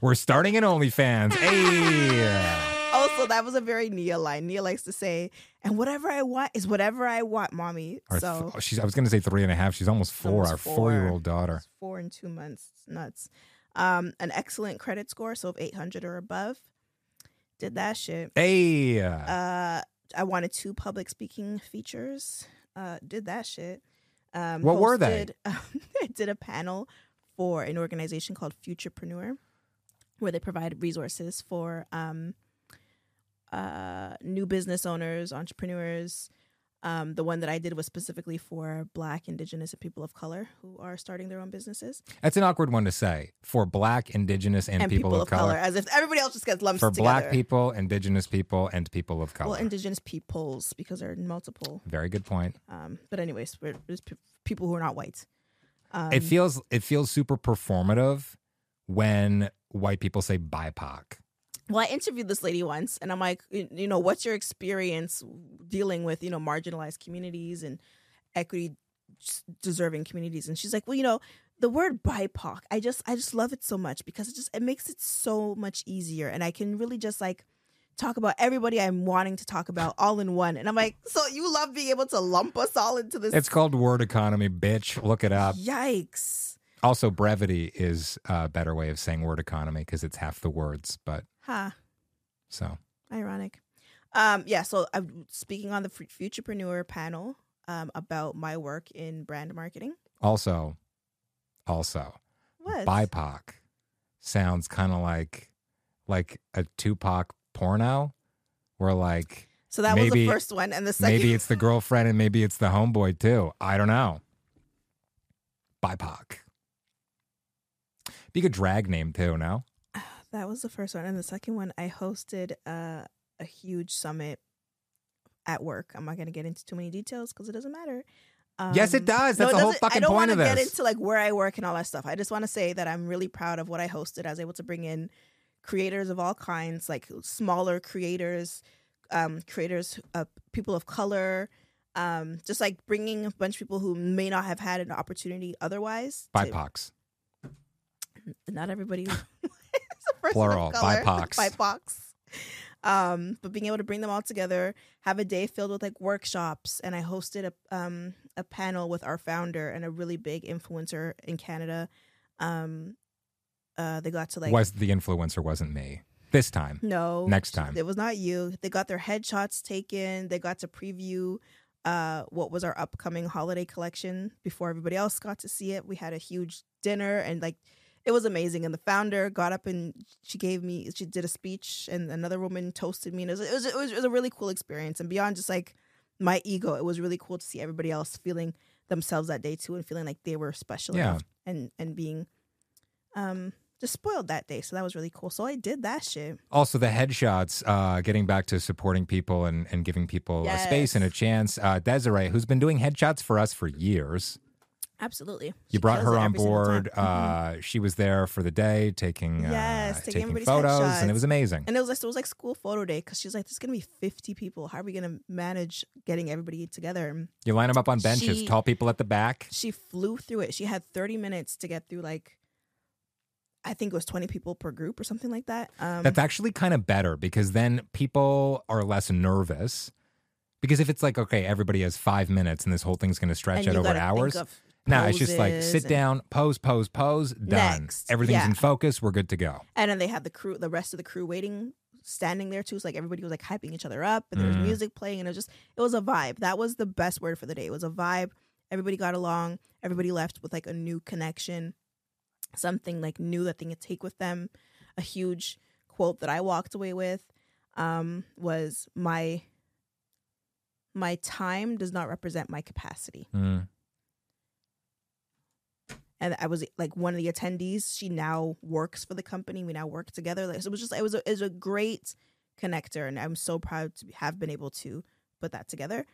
We're starting in OnlyFans. Hey.
Also, that was a very Nia line. Nia likes to say, "And whatever I want is whatever I want, mommy."
Our
so
th- she's, I was going to say three and a half. She's almost four,
Almost
our
four.
four year old daughter.
It's four in two months. It's nuts. Um, an excellent credit score, so of 800 or above. Did that shit.
Hey.
Uh, I wanted two public speaking features. Uh, did that shit. Um,
What were they?
hosted- [LAUGHS] I did a panel for an organization called Futurepreneur, where they provide resources for um, uh, new business owners, entrepreneurs. Um, the one that I did was specifically for Black, Indigenous, and people of color who are starting their own businesses.
That's an awkward one to say for black, indigenous, and, people, of color.
as if everybody else just gets lumped
For
together.
black people, indigenous people, and people of color.
well, indigenous peoples because there are multiple.
Very good point.
Um, but anyways, we're, there's p- people who are not white. Um,
it feels it feels super performative when white people say BIPOC.
well, I interviewed this lady once, and I'm like, you you know, what's your experience dealing with you know marginalized communities and equity s- deserving communities? And she's like, well, you know, the word BIPOC, I just I just love it so much because it just it makes it so much easier, and I can really just like talk about everybody I'm wanting to talk about all in one. And I'm like, so you love being able to lump us all into this?
It's uh, called word economy, bitch. Look it up.
Yikes.
Also, brevity is a better way of saying word economy because it's half the words. But
Ha.
so
Ironic. Um, yeah, so I'm speaking on the Fu- Futurepreneur panel um, about my work in brand marketing.
also, also,
What?
BIPOC sounds kind of like like a Tupac porno, where like
so that was the
maybe-
first one. And the second
maybe it's the girlfriend and maybe it's the homeboy too. I don't know. BIPOC. Be a good drag name too. No,
That was the first one. And the second one, I hosted uh, a huge summit at work. I'm not going to get into too many details because it doesn't matter. Um,
Yes, it does. That's
it
the whole
doesn't- I
fucking
don't
point
wanna
of
get
this.
into like where I work and all that stuff. I just want to say that I'm really proud of what I hosted. I was able to bring in creators of all kinds, like smaller creators, um, creators, uh, people of color, um, just like bringing a bunch of people who may not have had an opportunity otherwise. to-
BIPOCs.
not [LAUGHS] everybody is a person
Plural,
of color.
BIPOCs.
BIPOCs. Um, but being able to bring them all together, have a day filled with like workshops, and I hosted a um a panel with our founder and a really big influencer in Canada. Um, uh, they got to like
was the influencer wasn't me
[LAUGHS]
this time?
no
Next time.
it was not you. They got their headshots taken. They got to preview uh, what was our upcoming holiday collection before everybody else got to see it. We had a huge dinner and like it was amazing. And the founder got up and she gave me she did a speech and another woman toasted me and it was it was, it was, it was a really cool experience. And beyond just like my ego, it was really cool to see everybody else feeling themselves that day too and feeling like they were special
Yeah.
enough and and being um just spoiled that day. So that was really cool. So I did that shit.
Also, the headshots, uh, getting back to supporting people and, and giving people a space
Yes.
and a chance. Uh, Desiree, who's been doing headshots for us for years,
Absolutely.
you brought her on board. Uh,
Uh,
She was there for the day taking, uh,
Yes, taking
taking,
everybody's
photos, and
headshots.
it was amazing.
and it was like it was like school photo day because she's like, "There's gonna be 50 people. How are we gonna manage getting everybody together?" And
You line them up on benches,
She-
tall people at the back.
she flew through it. She had 30 minutes to get through like, I think it was 20 people per group or something like that. Um,
That's actually kind of better because then people are less nervous. Because if it's like, okay, everybody has five minutes and this whole thing's going to
and
stretch
you
out over
gotta
hours.
think of
No, it's just like
poses
sit
and-
down, pose, pose, pose, done.
Next.
Everything's
Yeah.
in focus. We're good to go.
And then they had the crew, the rest of the crew waiting, standing there too. So like everybody was like hyping each other up, and there was
Mm.
music playing, and it was just it was a vibe. That was the best word for the day. It was a vibe. Everybody got along. Everybody left with like a new connection, something like new that they could take with them. A huge quote that I walked away with um, was my my time does not represent my capacity
Mm.
and I was like one of the attendees. She now works for the company. We now work together. Like so it was just it was a, it was a great connector, and I'm so proud to have been able to put that together.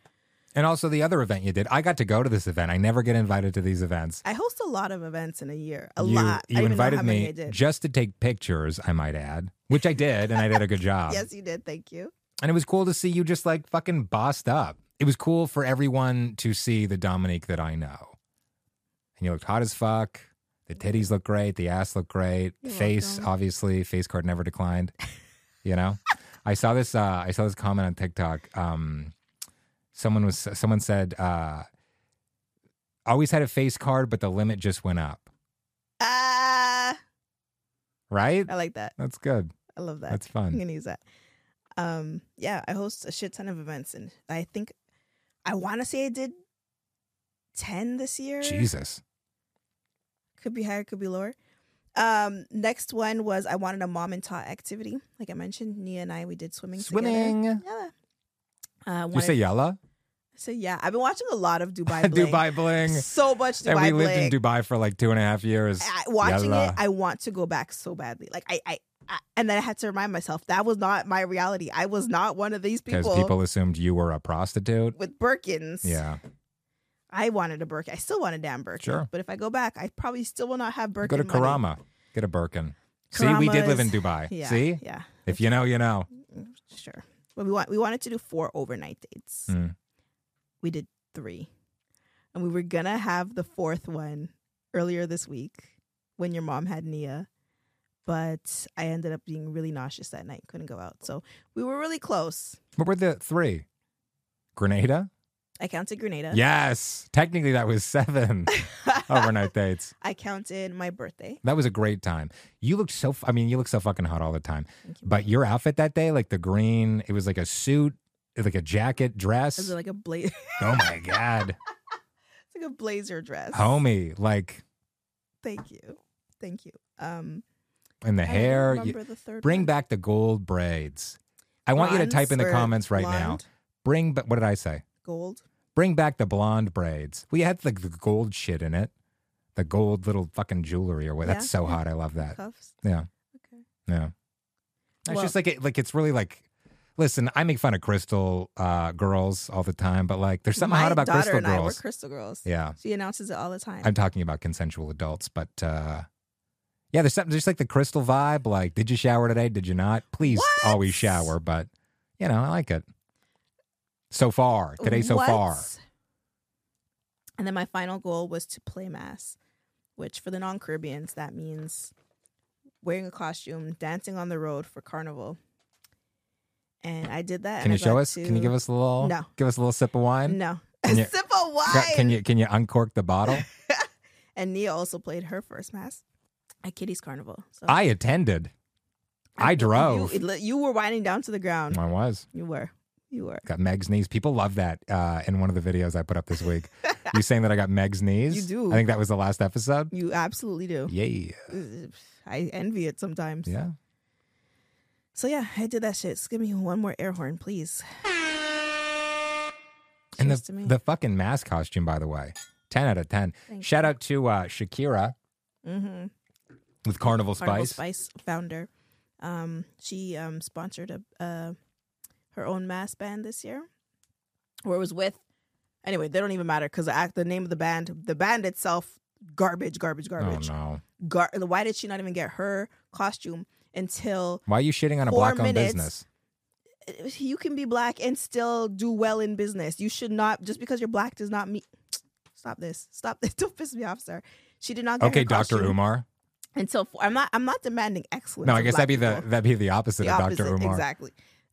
And also the other event you did. I got to go to this event. I never get invited to these events.
I host a lot of events in a year, a
you,
lot.
You
I don't even know
invited
how
me
many I did.
just to take pictures, I might add, which I did, and I did
[LAUGHS]
a good job.
yes, you did. Thank you.
And it was cool to see you just like fucking bossed up. It was cool for everyone to see the Dominique that I know. And you looked hot as fuck. The titties look great. The ass looked great. The
You're
face,
welcome.
obviously, face card
[LAUGHS]
never declined. You know, I saw this. Uh, I saw this comment on TikTok. Um, someone was someone said, uh, "Always had a face card, but the limit just went up."
Ah,
Right?
I like that.
That's good.
I love that.
That's
I'm
fun.
gonna use that. Um, yeah, I host a shit ton of events, and I think I want to say I did ten this year.
Jesus.
could be higher, could be lower. Um, next one was I wanted a mom and tot activity. Like I mentioned, Nia and I we did swimming.
Swimming.
Together. Yeah. Uh,
You
wanted,
say yalla? [LAUGHS]
so yeah, I've been watching a lot of Dubai. Bling.
Dubai bling.
So much Dubai.
and we lived
Bling.
in Dubai for like two and a half years.
I, watching
Yalla.
it, I want to go back so badly. Like I, I, I, and then I had to remind myself that was not my reality. I was not one of these
because
people,
people. assumed you were a prostitute.
with Birkins.
Yeah,
I wanted a Birkin. I still want a damn Birkin.
Sure.
But if I go back, I probably still will not have Birkin.
go to
money.
Karama, get a Birkin. See, we did
Karama
live in
is-
Dubai.
Yeah.
See,
Yeah.
if you know, you know.
Sure. But we want we wanted to do four overnight dates.
Mm.
We did three. And we were gonna have the fourth one earlier this week when your mom had Nia. but I ended up being really nauseous that night. Couldn't go out. So we were really close.
What were the three? Grenada?
I counted Grenada. [LAUGHS]
Yes. Technically, that was seven overnight dates.
I counted my birthday.
That was a great time. You looked so, f- I mean, you look so fucking hot all the time.
Thank you.
But your outfit that day, like the green, it was like a suit, like a jacket, dress.
It was like a [LAUGHS] blaze,
oh my God.
it's like a blazer dress.
Homie, like,
Thank you, thank you. Um,
and the
I don't
hair. You-
Remember the third
bring
one.
back the gold braids. I want you to
Blondes
type in the
or
comments right now.
blonde,
Bring, but what did I say?
Gold.
Bring back the blonde braids. We had like the gold shit in it, the gold little fucking jewelry or what. That's
Yeah,
so
yeah.
hot. I love that.
cuffs.
Yeah.
Okay.
Yeah. It's
Well-
just like it, like it's really like. Listen, I make fun of crystal uh, girls all the time, but like there's something
My
hot about
daughter
crystal
and I were
girls.
crystal girls.
yeah,
She announces it all the time.
I'm talking about consensual adults, but uh, yeah, there's something just like the crystal vibe. Like, did you shower today? Did you not? Please
What?
always shower, but you know I like it. So far today, so
What?
far.
And then my final goal was to play mass, which for the non Caribbeans, that means wearing a costume, dancing on the road for carnival. And I did that.
Can
and
you
I
show
got
us?
to-
Can you give us a little?
No.
Give us a little sip of wine.
No. [LAUGHS]
Can you-
A sip of wine.
Ca- Can you can you uncork
[LAUGHS]
the bottle?
and Nia also played her first mass at Kitty's Carnival. So
I attended. I drove.
You, it- you were winding down to the ground.
I was.
You were. You were.
Got Meg's knees. People love that uh, in one of the videos I put up this
[LAUGHS]
week. you saying that I got Meg's knees?
You do.
I think that was the last episode.
You absolutely do.
Yeah.
[SIGHS] I envy it sometimes.
Yeah.
So yeah, I did that shit. Just give me one more air horn, please.
and
Cheers
the,
to me.
the fucking mask costume, by the way. 10 out of 10.
Thank
Shout out to uh, Shakira
mm-hmm.
with Carnival Spice.
Carnival Spice founder. Um, she um, sponsored a uh, her own mass band this year, or it was with. Anyway, they don't even matter because the act, the name of the band, the band itself, garbage, garbage, garbage.
Oh, no.
Gar- why did she not even get her costume until
Why are you shitting on a
Four
black owned
minutes.
business?
you can be black and still do well in business. You should not just because you're black does not mean. Stop this! Stop this! [LAUGHS] Don't piss me off, sir. She did not. Get
Okay,
her
Dr.
costume
Umar.
Until four, I'm not. I'm not demanding excellence.
No, I
of
guess
black
that'd be the
people.
that'd be the opposite
the
of
opposite.
Dr. Umar.
Exactly.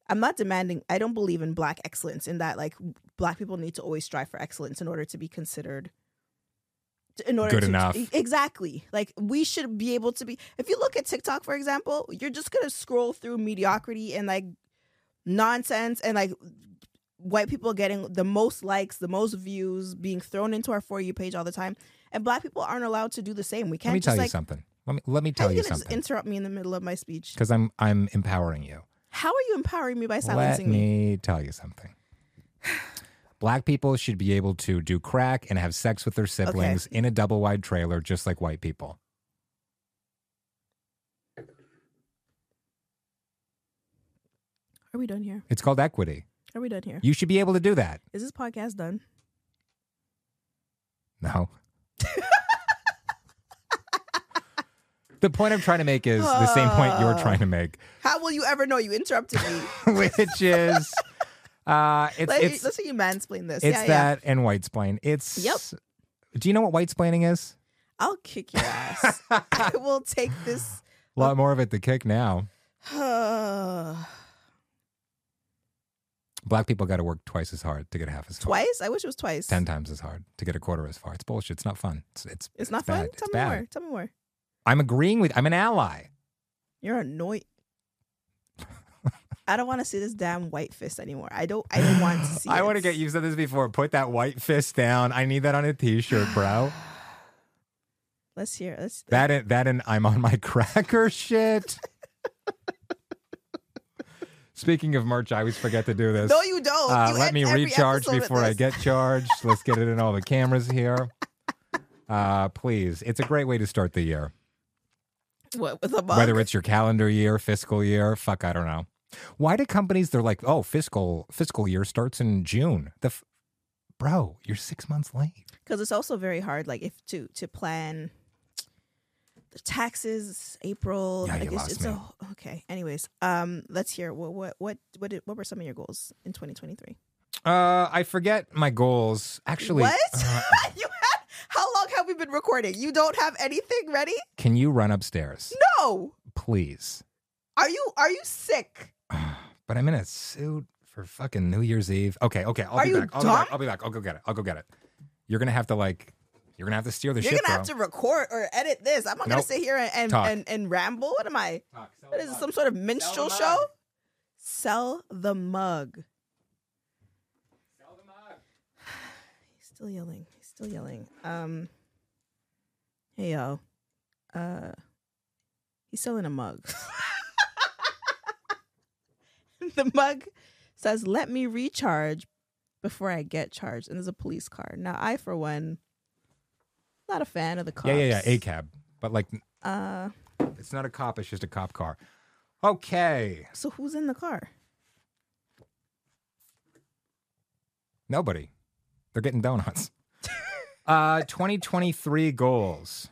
I'm not demanding. I don't believe in black excellence. In that, like, black people need to always strive for excellence in order to be considered. In order
Good
to, e,
enough.
Exactly. Like we should be able to be. If you look at TikTok, for example, you're just gonna scroll through mediocrity and like nonsense and like white people getting the most likes, the most views, being thrown into our for you page all the time, and black people aren't allowed to do the same. We can't
Let me
just
tell you
like.
something. Let me let me
how
tell
are you
you
gonna just
something.
interrupt me in the middle of my speech?
Because I'm I'm empowering you.
How are you empowering me by
Let
silencing me?
me tell you something. Black people should be able to do crack and have sex with their siblings in a double wide trailer, just like white people.
Are we done here?
It's called equity.
Are we done here? Is
You should be able to do that.
this podcast done?
No. the point I'm trying to make is the same point
Oh.
you were trying to make, [LAUGHS]
How will you ever know? You interrupted me.
which is uh, [LAUGHS] it's
Let,
it's,
let's see you mansplain this.
it's
yeah, yeah.
that and white splain. It's
Yep.
Do you know what white splaining is?
I'll kick your
[LAUGHS]
ass. I will take this. [SIGHS]
A lot more of it to kick now. Black people got to work twice as hard to get half as far.
twice? I wish it was twice.
ten times as hard to get a quarter as far. It's bullshit. It's not fun. It's, it's
It's not
bad.
fun.
It's
Tell me
bad.
more. Tell me more.
I'm agreeing with. I'm an ally.
You're
[LAUGHS]
annoyed. I don't want to see this damn white fist anymore. I don't. I don't
[LAUGHS]
want to see.
I want to
it.
get. You said this before. Put that white fist down. I need that on a t-shirt, bro.
Let's hear. Let's.
that and that and I'm on my [LAUGHS] cracker shit. Speaking of merch, I always forget to do this.
No, you don't.
Uh,
You
let
end
me
every
recharge
episode with
before I
this.
get charged. Let's get it in all the cameras here. Uh, please, it's a great way to start the year.
What with a mug?
whether it's your calendar year, fiscal year, fuck, I don't know. Why do companies they're like, oh, fiscal fiscal year starts in June? The f- bro, you're six months late.
because it's also very hard like if to to plan the taxes april
Yeah,
like
you
it's,
lost
it's
me.
a- okay anyways um let's hear what what what what, did, what were some of your goals in 2023
Uh, I forget my goals. Actually,
what [LAUGHS]
uh,
you had how long have we been recording you don't have anything ready
can you run upstairs?
no
please.
Are you are you sick?
But I'm in a suit for fucking New Year's Eve. Okay, okay, I'll
Are
be
you
back. I'll
dumb?
be back. I'll be back. I'll go get it. I'll go get it. You're gonna have to like, you're gonna have to steer the
You're
ship,
gonna have to record or edit this. I'm not gonna
Nope.
sit here and and,
Talk.
and and ramble. What am I?
bro.
What is this, some sort of minstrel show? Sell the mug. He's still yelling. He's still yelling. Um Hey yo. Uh he's selling a mug. [LAUGHS] the mug says, Let me recharge before I get charged. And there's a police car. Now I for one not a fan of the cops.
Yeah, yeah, yeah. A cab, but like,
Uh
it's not a cop. It's just a cop car. Okay,
so who's in the car?
nobody. They're getting
[LAUGHS]
donuts. uh, 2023 goals.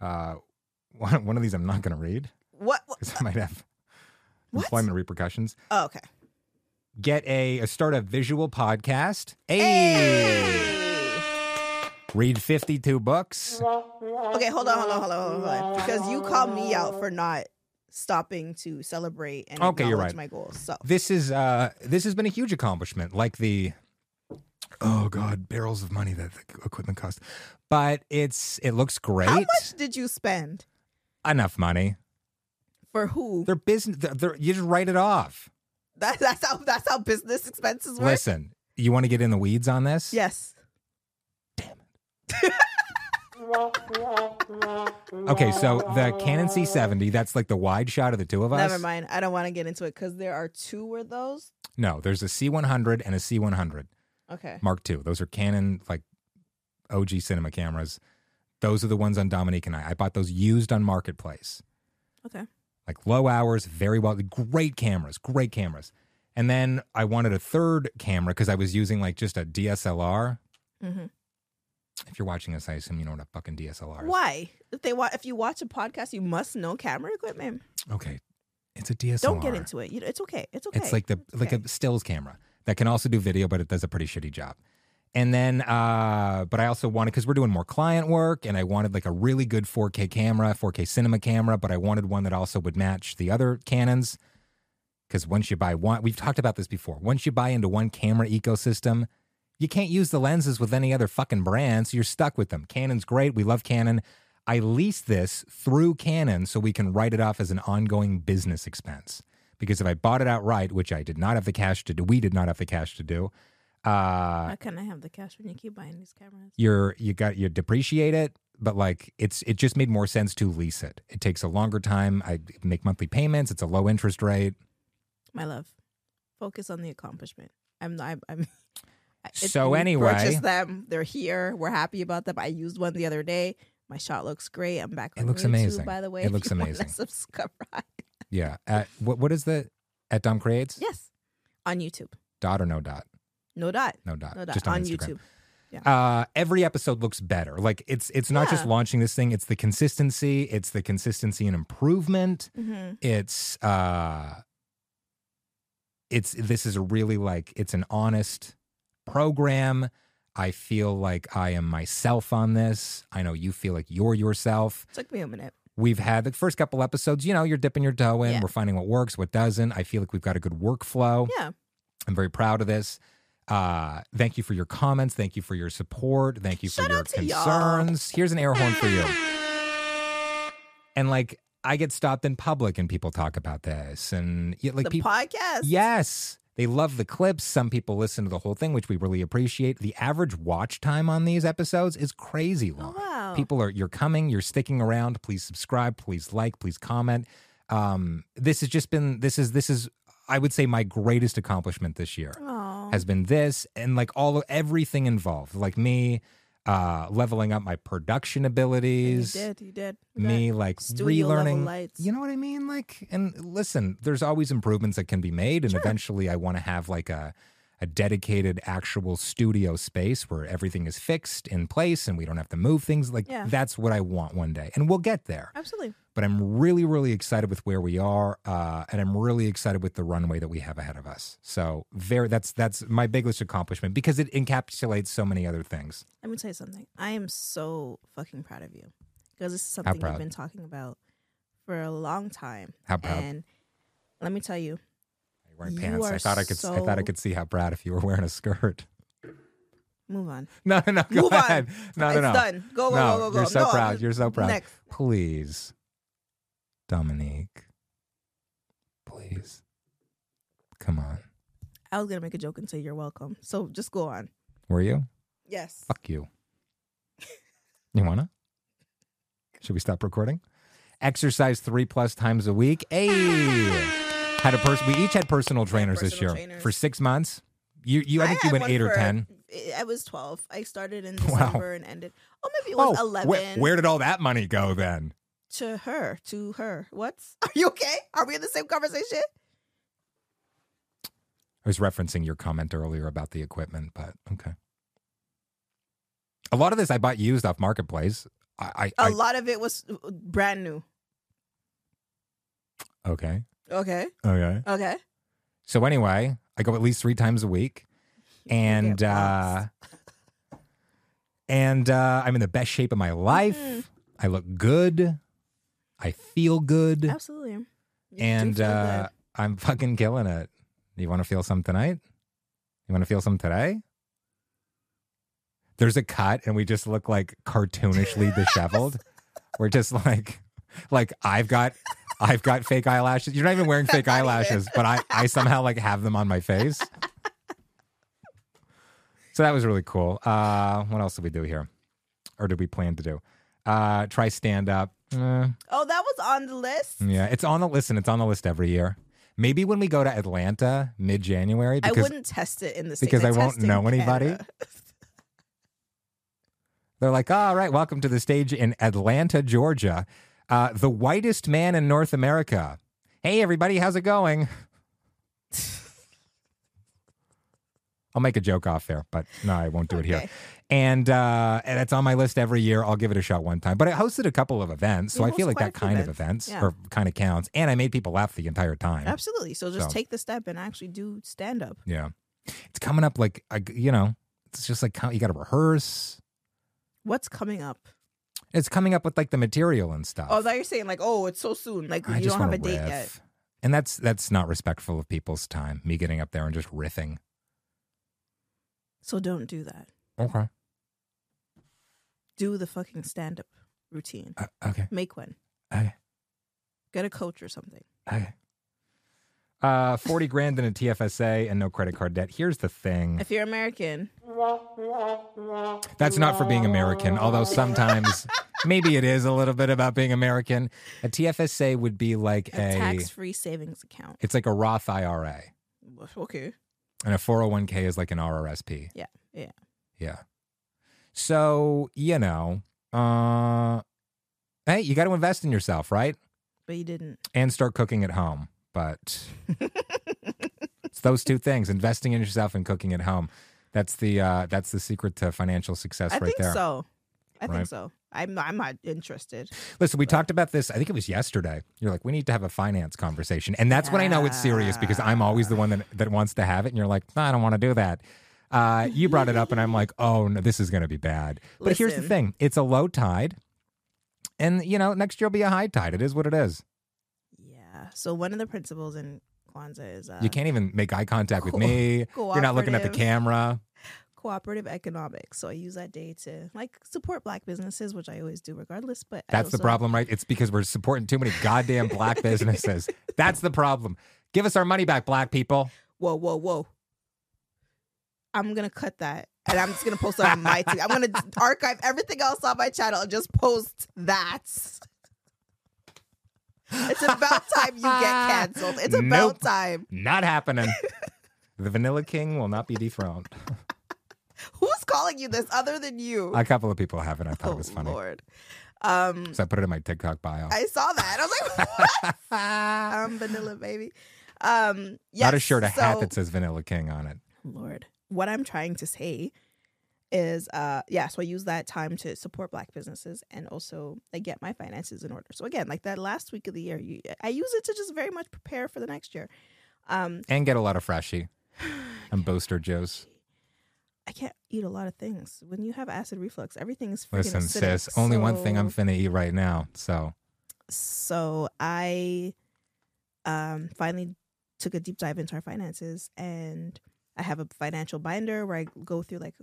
Uh, [LAUGHS] one one of these I'm not gonna read
What, what?
because I might have
What?
employment repercussions.
Oh, okay.
get a, a- start a visual podcast. Hey. Read 52 books.
Okay, hold on, hold on, hold on, hold on. Because you called me out for not stopping to celebrate and
Okay, you're
acknowledge
right.
my goals. So
This is uh this has been a huge accomplishment like the oh god, barrels of money that the equipment cost. But it's it looks great.
how much did you spend?
Enough money.
For who?
They're business they're, they're- you just write it off.
That, that's how that's how business expenses work.
Listen, you want to get in the weeds on this?
Yes.
Okay, so the Canon C70, that's like the wide shot of the two of us.
Never mind. I don't want to get into it because there are two were those.
No, there's a C100 and a C100.
Okay.
Mark II. Those are Canon like OG cinema cameras. Those are the ones on Dominique and I. I bought those used on Marketplace.
Okay.
Like low hours, very well, great cameras, great cameras. And then I wanted a third camera because I was using like just a DSLR.
Mhm.
If you're watching us, I assume you know what a fucking DSLR is.
Why? If they wa- if you watch a podcast, you must know camera equipment.
Okay, it's a DSLR.
Don't get into it. You, it's okay. It's okay.
It's like the like
okay.
a stills camera that can also do video, but it does a pretty shitty job. And then, uh, but I also wanted because we're doing more client work, and I wanted like a really good 4K camera, 4K cinema camera, but I wanted one that also would match the other Canons. Because once you buy one, we've talked about this before. Once you buy into one camera ecosystem, you can't use the lenses with any other fucking brand, so you're stuck with them. Canon's great. We love Canon. I lease this through Canon so we can write it off as an ongoing business expense. Because if I bought it outright, which I did not have the cash to do, we did not have the cash to do, uh,
How can I have the cash when you keep buying these cameras?
you're you got you depreciate it but like it's it just made more sense to lease it it takes a longer time i make monthly payments it's a low interest rate
my love focus on the accomplishment i'm not i'm, I'm [LAUGHS] it's-
So
we
anyway-
purchased them they're here we're happy about them i used one the other day my shot looks great i'm back
It
on
looks
YouTube,
amazing.
by the way
It
if
looks
you wanna [LAUGHS]
amazing.
subscribe
yeah at, what what is the at dom creates
yes on youtube
dot or no dot
no dot
no dot
no dot
just
on,
on, instagram
youtube
uh every episode looks better like it's it's not just
Yeah.
launching this thing it's the consistency it's the consistency and improvement
hmm
it's uh it's this is a really like it's an honest program i feel like i am myself on this i know you feel like you're yourself
took me a minute
we've had the first couple episodes you know you're dipping your toe in
Yeah.
we're finding what works what doesn't i feel like we've got a good workflow
yeah
i'm very proud of this uh thank you for your comments thank you for your support thank you
Shout
for your
out to y'all.
concerns here's an air horn
[LAUGHS]
for you and like i get stopped in public and people talk about this and yeah, like
the
people
podcast
Yes. They love the clips. Some people listen to the whole thing, which we really appreciate. The average watch time on these episodes is crazy
oh
long.
wow
People are you're coming, you're sticking around. Please subscribe, please like, please comment. Um, this has just been this is this is I would say my greatest accomplishment this year
Aw.
has been this and like all of everything involved, like me uh leveling up my production
you
abilities,
did you did We got
me like
studio level
relearning
lights
you know what I mean? Like, and listen, there's always improvements that can be made, and
Sure.
eventually, I want to have like a a dedicated actual studio space where everything is fixed in place and we don't have to move things. Like,
Yeah.
that's what I want one day, and we'll get there.
absolutely
But I'm really, really excited with where we are, uh, and I'm really excited with the runway that we have ahead of us. So, very that's that's my biggest accomplishment because it encapsulates so many other things.
Let me tell you something. I am so fucking proud of you because this is something
proud?
we've been talking about for a long time.
How proud?
And let me tell you,
You're wearing
you
pants. I
are
thought I could. I thought I
so-
could see how proud if you were wearing a skirt. [LAUGHS]
move on.
No, no, no. Go
Move on.
ahead. No,
it's
no, no.
done. Go, go, go,
no,
go, go.
you're so
No,
proud. You're so proud.
Next.
Please, Dominique. Please, come on.
I was gonna make a joke and say you're welcome. So just go on.
Were you?
Yes.
Fuck you. You wanna? Should we stop recording? Exercise three plus times a week. Hey, had a person. We each had personal trainers this year
personal trainers.
for six months. You, you. I, think you
had
went
one
eight or
for-
ten.
I was twelve. I started in
[LAUGHS] Wow.
December and ended. Oh, maybe it was
oh, wh-
eleven.
where did all that money go then?
to her? To her? What? [LAUGHS] Are you okay? Are we in the same conversation?
I was referencing your comment earlier about the equipment, but okay. A lot of this I bought used off marketplace. I,
A
I,
lot of it was brand new.
I okay,
Okay.
okay.
Okay.
So anyway, I go at least three times a week, and
get
uh, [LAUGHS] and uh, I'm in the best shape of my life.
Mhm.
I look good. I feel good,
Absolutely. You do
and
feel
uh,
good.
I'm fucking killing it. You want to feel some tonight? You want to feel some today? There's a cut, and we just look like
[LAUGHS]
cartoonishly disheveled. We're just like, like I've got, I've got fake eyelashes. You're not even wearing
[LAUGHS]
fake
Not even.
eyelashes, but I, I somehow like have them on my face. So that was really cool. Uh, what else did we do here, or did we plan to do? Uh, try stand up. Eh.
oh, that was on the list.
Yeah, it's on the listen. It's on the list every year. Maybe when we go to Atlanta mid January,
I
because
wouldn't test it in the states
because I won't
test in
know anybody.
Canada.
they're like, all right, welcome to the stage in Atlanta, Georgia, uh, the whitest man in North America. Hey, everybody, how's
[LAUGHS]
it going? I'll make a joke off there, but no, I won't [LAUGHS] do it here.
Okay.
And uh, and it's on my list every year. I'll give it a shot one time. But I hosted a couple of events, so
You
I feel
host
like
quite
that
a few
kind of
events.
events
Yeah.
or kind of counts. And I made people laugh the entire time.
Absolutely. So just
So-
take the step and actually do stand up.
Yeah. It's coming up like, I g- you know, it's just like how- you got to rehearse.
What's coming up?
It's coming up with like the material and stuff.
Oh, now you're saying like, oh, it's so soon. Like
Uh, I
you
just
don't have a
wanna
date
riff.
yet.
And that's that's not respectful of people's time. Me getting up there and just riffing.
So don't do that.
Okay.
Do the fucking stand up routine.
Uh, okay.
Make one.
Okay.
Get a coach or something.
Okay. Uh, forty grand in a TFSA and no credit card debt. Here's the thing.
If you're American,
That's not for being American,
[LAUGHS]
although sometimes maybe it is a little bit about being American. A TFSA would be like
a
a,
tax free savings account.
it's like a Roth IRA.
Okay.
And a 401k is like an RRSP.
Yeah, yeah.
Yeah. So, you know, uh hey, you got to invest in yourself, right?
But you didn't. [LAUGHS]
And start cooking at home. But it's those two things, investing in yourself and cooking at home. That's the uh that's the secret to financial success
I
right
think
there.
so. I
Right.
think so. I'm not, I'm not interested.
Listen, we talked about this, I think it was yesterday. You're like, we need to have a finance conversation. And that's when I know it's serious because I'm always the one that, that wants to have it. And you're like, no, I don't want to do that. Uh, you brought it up, and I'm like, oh, no, this is going to be bad. But here's the
Listen.
thing it's a low tide. And, you know, next year will be a high tide. It is what it is.
Yeah. So one of the principles in Kwanzaa is uh,
You can't even make eye contact with
Cool. [LAUGHS]
me. You're not looking at the
cooperative-
camera.
Cooperative economics. So I use that day to like support black businesses, which I always do regardless. But I
That's the
also-
problem, right? It's because we're supporting too many
[LAUGHS]
goddamn black businesses. That's the problem. Give us our money back, black people.
whoa, whoa, whoa. I'm gonna cut that, and I'm just gonna post it on my. T- I'm gonna archive everything else on my channel and just post that. It's about time you get canceled. It's about
Nope.
time. [LAUGHS]
Not happening. the Vanilla King will not be dethroned.
Who's calling you this other than you?
A couple of people have it. I thought
oh
it was funny.
Lord. Um,
So I put it in my TikTok bio.
I saw that. I was
[LAUGHS]
like, what? [LAUGHS] I'm vanilla baby. Um, yes,
not a shirt, a hat
so-
that says Vanilla King on it.
Lord, what I'm trying to say is, uh, yeah, so I use that time to support Black businesses and also like get my finances in order. So again, like that last week of the year, you, I use it to just very much prepare for the next year. Um,
And get a lot of freshie [SIGHS] and booster juice.
I can't eat a lot of things when you have acid reflux. Everything is freaking
Listen,
acidic,
sis, only one thing I'm
so-
finna eat right now. So
so I um, finally took a deep dive into our finances, and I have a financial binder where I go through like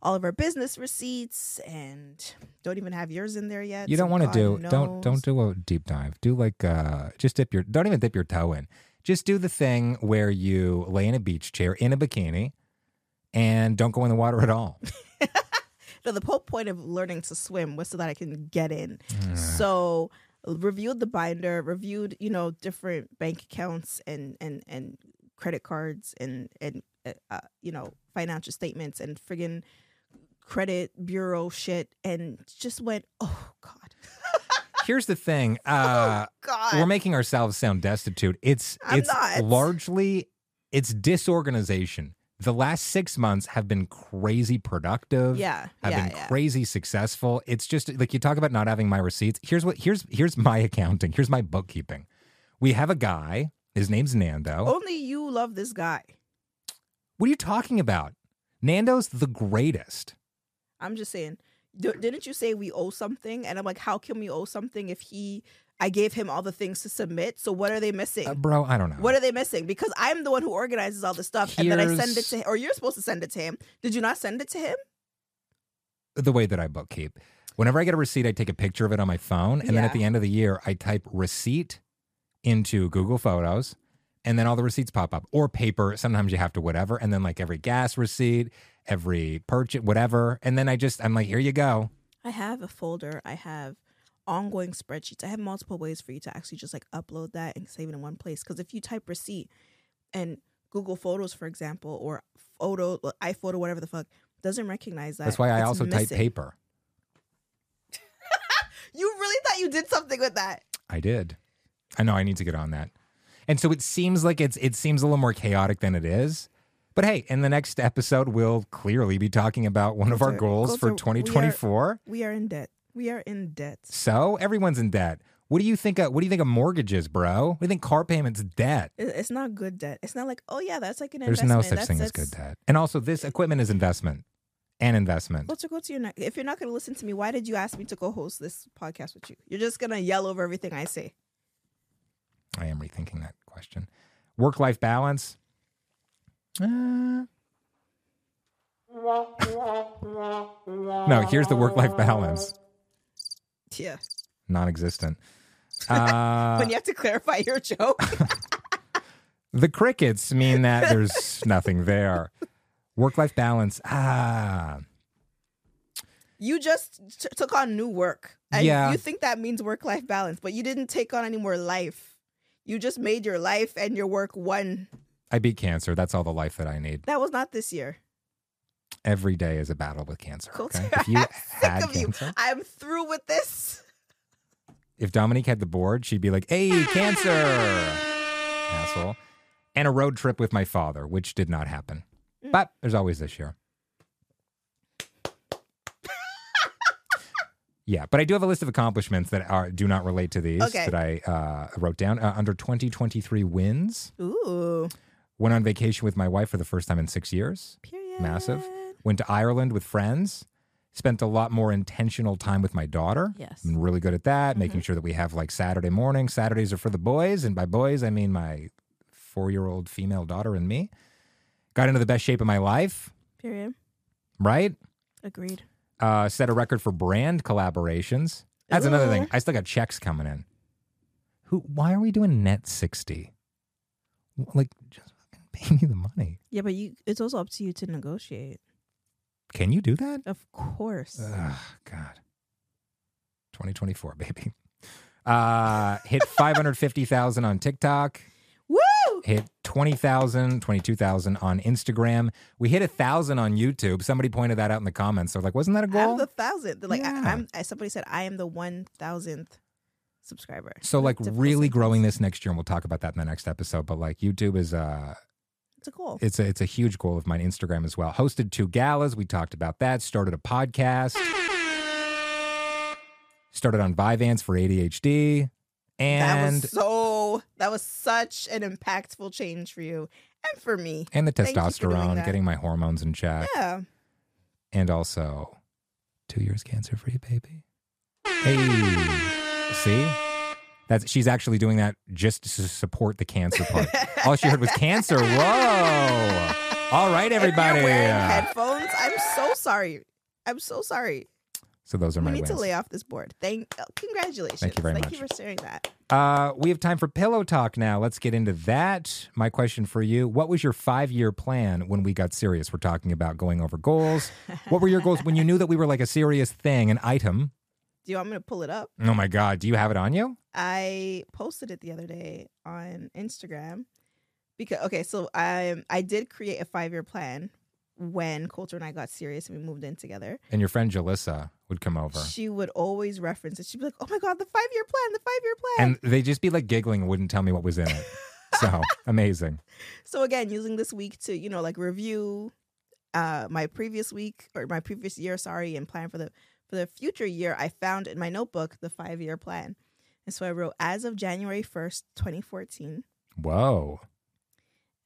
all of our business receipts, and don't even have yours in there yet.
You
so
don't want to
God
do don't
knows.
don't do a deep dive. Do like uh just dip your don't even dip your toe in. Just do the thing where you lay in a beach chair in a bikini and don't go in the water at
[LAUGHS]
all.
No, the whole point of learning to swim was so that I can get in. so reviewed the binder reviewed you know different bank accounts and and and credit cards and and uh, uh, you know financial statements and friggin credit bureau shit and just went oh god [LAUGHS] Oh,
Here's the thing. Uh
god
we're making ourselves sound destitute. It's
I'm
it's
not.
largely it's disorganization. The last six months have been crazy productive.
yeah
Have
yeah
been
yeah
crazy successful. It's just like you talk about not having my receipts. Here's what here's here's my [LAUGHS] accounting. Here's my bookkeeping. We have a guy. His name's Nando.
only you love this guy
What are you talking about? Nando's the greatest.
i'm just saying D- didn't you say we owe something and i'm like how can we owe something if he i gave him all the things to submit so what are they missing
Uh, bro, I don't know.
What are they missing? Because I'm the one who organizes all the stuff, and then I send it
Here's-
to him. Or you're supposed to send it to him. Did you not send it to him?
the way that I bookkeep. Whenever I get a receipt, I take a picture of it on my phone. And then at
Yeah.
the end of the year, I type receipt into Google Photos. And then all the receipts pop up or paper. Sometimes you have to whatever. And then like every gas receipt, every purchase, whatever. And then I just, I'm like, here you go.
I have a folder. I have ongoing spreadsheets. I have multiple ways for you to actually just like upload that and save it in one place. Because if you type receipt and Google Photos, for example, or photo, well, iPhoto, whatever the fuck, doesn't recognize that.
That's why I
It's
also type
missing.
paper.
You really thought you did something with that?
I did. I know I need to get on that. And so it seems like it's it seems a little more chaotic than it is. But hey, in the next episode we'll clearly be talking about one of our
Goals are- goals
goals for
are- we are-
2024.
We are in debt. We are in debt.
So everyone's in debt. What do you think? Of, what do you think of mortgages, bro? What do you think car payments debt?
It- It's not good debt. It's not like, oh yeah, that's like an
There's no
investment.
such
That's-
thing as
that's-
good debt. And also, this equipment is investment and investment.
Well, to go to your next, if you're not going to listen to me, why did you ask me to co-host this podcast with you? You're just going to yell over everything I say.
I am rethinking that question. Work life balance. Uh, no, here's the work life balance.
Yeah.
Non-existent. Uh,
when you have to clarify your
[LAUGHS]
joke.
the crickets mean
[LAUGHS]
that there's nothing there. Work life balance. Ah,
you just t- took on new work. And
Yeah.
you think that means work-life balance, but you didn't take on any more life. You just made your life and your work one.
I beat cancer. That's all the life that I need.
That was not this year.
every day is a battle with cancer.
Cool.
Okay? If
[LAUGHS]
you
I'm
had
of you.
cancer,
I'm through with this.
if Dominique had the board, she'd be like, "Hey, cancer, asshole," and a road trip with my father, which did not happen. But there's always this year. [LAUGHS] Yeah, but I do have a list of accomplishments that are do not relate to these
Okay.
that I uh, wrote down uh, under 2023 wins.
Ooh.
Went on vacation with my wife for the first time in six years.
Period.
Massive. Went to Ireland with friends. Spent a lot more intentional time with my daughter.
Yes.
I'm really good at that, making sure that we have like Saturday morning. Saturdays are for the boys. And by boys, I mean my four year old female daughter and me. Got into the best shape of my life,
Period.
right?
Agreed.
Uh, set a record for brand collaborations. That's another thing. I still got checks coming in. Who? Why are we doing net 60? Like, just fucking pay me the money.
Yeah, but you it's also up to you to negotiate.
Can you do that?
Of course.
Ugh, God. 2024, baby. Uh, hit 550,000 on TikTok,
Woo!
hit 20,000, 22,000 on Instagram. We hit a 1,000 on YouTube. Somebody pointed that out in the comments. They're like, wasn't that a
I'm
goal?
the thousandth. Like
Yeah.
I, I'm, I, somebody said, I am the one thousandth subscriber.
so, like,
Difficult
really
sentence.
growing this next year, and we'll talk about that in the next episode. But, like, YouTube is, uh,
It's a goal.
it's a, it's a huge goal of mine. Instagram as well. Hosted two galas. We talked about that. Started a podcast. Started on Vyvanse for ADHD.
that
And
was so. That was such an impactful change for you and for me.
and the
Thank you for doing
testosterone,
that.
getting my hormones in check,
Yeah.
and also two years cancer free, baby. Hey, see, That's she's actually doing that just to s- support the cancer
[LAUGHS]
part. All she heard was cancer. Whoa! All right,
If you're
everybody.
wearing headphones. I'm so sorry. I'm so sorry.
So those are
We
my
need to
wins.
lay off this board. Thank, oh, congratulations.
Thank you very
Thank
much.
you for sharing that.
Uh, we have time for pillow talk now. Let's get into that. My question for you: What was your five-year plan when we got serious? We're talking about going over goals.
[LAUGHS]
What were your goals when you knew that we were like a serious thing, an item?
Do you want me to pull it up?
Oh my god, do you have it on you?
I posted it the other day on Instagram because okay, so I I did create a five year plan when Coulter and I got serious and we moved in together.
And your friend Jalissa would come over,
She would always reference it. She'd be like, "Oh my god, the five year plan, the five year plan."
and they'd just be like giggling and wouldn't tell me what was in it.
[LAUGHS]
So amazing.
so again, using this week to you know like review uh my previous week or my previous year, sorry, and plan for the for the future year. I found in my notebook the five year plan, and so I wrote as of January first, twenty fourteen.
Whoa.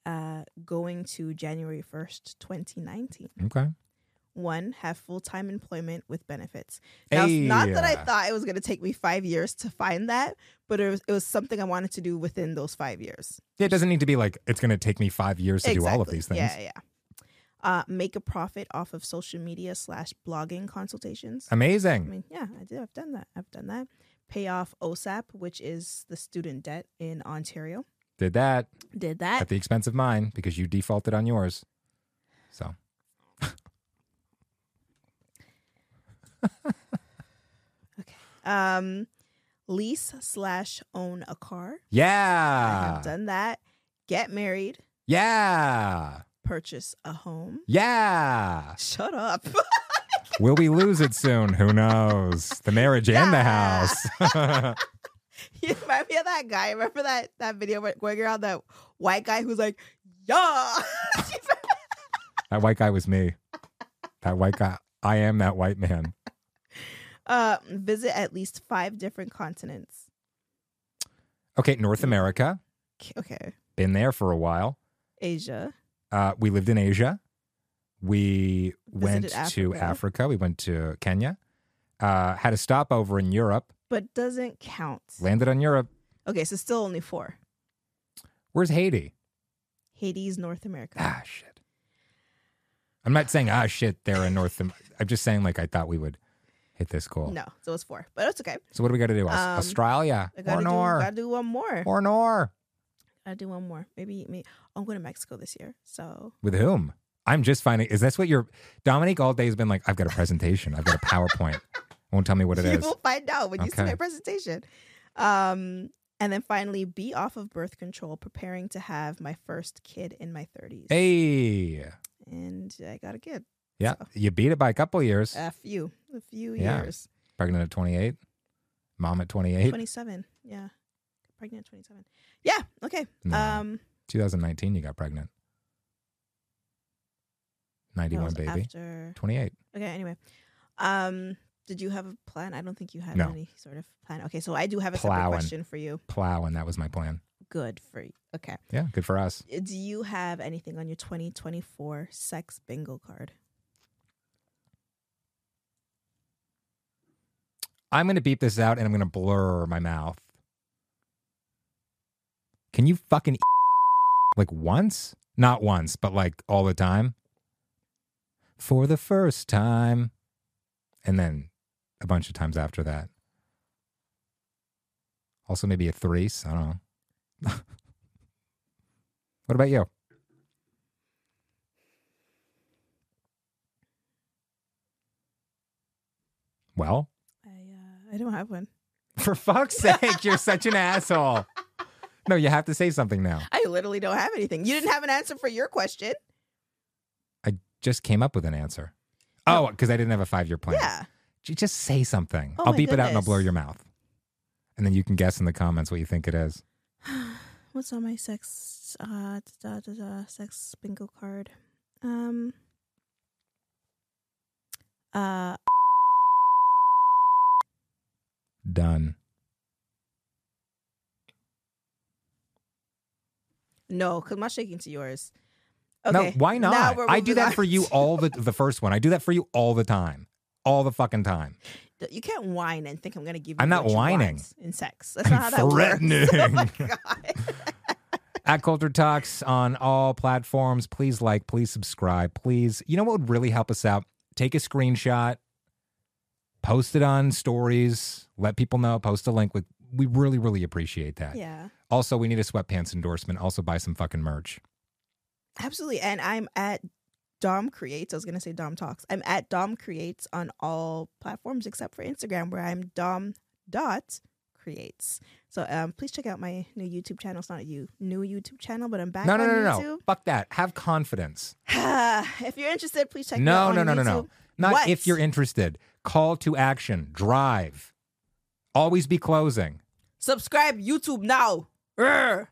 uh, going to January 1st, 2019.
Okay.
One, have full time employment with benefits. Now, it's not that I
Hey.
thought it was going to take me five years to find that, but it was, it was something I wanted to do within those five years.
It doesn't need to be like it's going to take me five years to do all of
Exactly.
these things.
Yeah, yeah. Uh, make a profit off of social media slash blogging consultations. I
Amazing.
mean, yeah, I did. I've done that. I've done that. Pay off OSAP, which is the student debt in Ontario.
Did that
Did that.
at the expense of mine because you defaulted on yours. So
Um, lease slash own a car. I
yeah,
have done that. Get married,
yeah,
purchase a home.
yeah.
Shut up. [LAUGHS]
Will we lose it soon? Who knows? The marriage and the house. [LAUGHS]
you remind me of that guy. Remember that that video where- going around that white guy who's like, yeah. [LAUGHS]
that white guy was me. That white guy. I am that white man.
uh, visit at least five different continents.
Okay, North America.
K- Okay,
Been there for a while.
Asia.
Uh, we lived in Asia. We went
Visited
to
Africa.
Africa. We went to Kenya. Uh, had a stopover in Europe.
But doesn't count.
Landed on Europe.
Okay, so still only four.
Where's Haiti?
Hades, North America.
Ah, shit. I'm not saying ah shit there in North. Am- I'm just saying like I thought we would hit this goal.
No, so it's four, but it's okay.
So what do we got to do? Aus-
Um,
Australia
I
or
gotta do,
nor
gotta do one more.
or nor
Gotta do one more. Maybe, maybe I'm going to Mexico this year, so
with whom? I'm just finding. Is that's what your Dominique all day has been like? I've got a presentation. I've got a PowerPoint. Won't tell me what
[LAUGHS]
it
you
is.
will find out when you see
Okay.
my presentation. Um, and then finally, be off of birth control, preparing to have my first kid in my 30s.
Hey,
And I got a kid.
yeah, you beat it by a couple years.
A few, a few
Yeah.
years.
Pregnant at 28. Mom at 28.
27. Yeah. Pregnant at 27. Yeah. Okay.
No.
Um,
2019, you got pregnant.
that
91
was
baby.
After.
28.
Okay. Anyway. Um, did you have a plan? I don't think you had
No.
any sort of plan. Okay. So I do have a separate
Plowing.
question for you.
Plow, and that was my plan.
Good for you. Okay. Uh,
Yeah, good for us.
Do you have anything on your 2024 sex bingo card?
I'm going to beep this out and I'm going to blur my mouth. Can you fucking [LAUGHS] like once? Not once, but like all the time. For the first time. And then a bunch of times after that. Also, maybe a threes. I don't know. [LAUGHS] what about you? Well,
I uh, I don't have one.
For fuck's sake, you're such an asshole. No, you have to say something now.
I literally don't have anything. You didn't have an answer for your question.
I just came up with an answer. Oh, because I didn't have a five year plan.
Yeah.
J- Just say something.
Oh
I'll
my
beep it out and I'll
goodness.
blur your mouth. And then you can guess in the comments what you think it is.
[SIGHS] What's on my sex uh da, da, da, sex bingo card? Um. Uh,
Done.
no, because my shaking to yours.
No, why
now
not?
we're
I do
moving
that
on
for you
to-
all the the first one. I do that for you all the time. All the fucking time.
You can't whine and think I'm going to give. you
I'm not
what you want
whining.
in sex. That's not how that
Threatening.
works. [LAUGHS] Oh my God.
At Culture Talks on all platforms. Please like, please subscribe, please. You know what would really help us out? Take a screenshot, post it on stories, let people know, post a link. We, we really, really appreciate that.
yeah,
Also, we need a sweatpants endorsement. Also, buy some fucking merch.
absolutely. And I'm at Dom Creates. I was going to say Dom Talks. I'm at Dom Creates on all platforms except for Instagram, where I'm Dom dot creates. So um, please check out my new YouTube channel. It's not a you new YouTube channel, but I'm back
no,
on
no, no, no,
YouTube.
no. Fuck that. Have confidence.
[LAUGHS] if you're interested, please check. me
no,
out
no,
on
no, no, no.
YouTube.
Not
What?
if you're interested. Call to action. Drive. Always be closing.
Subscribe YouTube now. Urgh.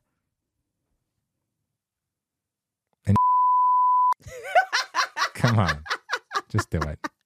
[LAUGHS]
Come on. Just do it.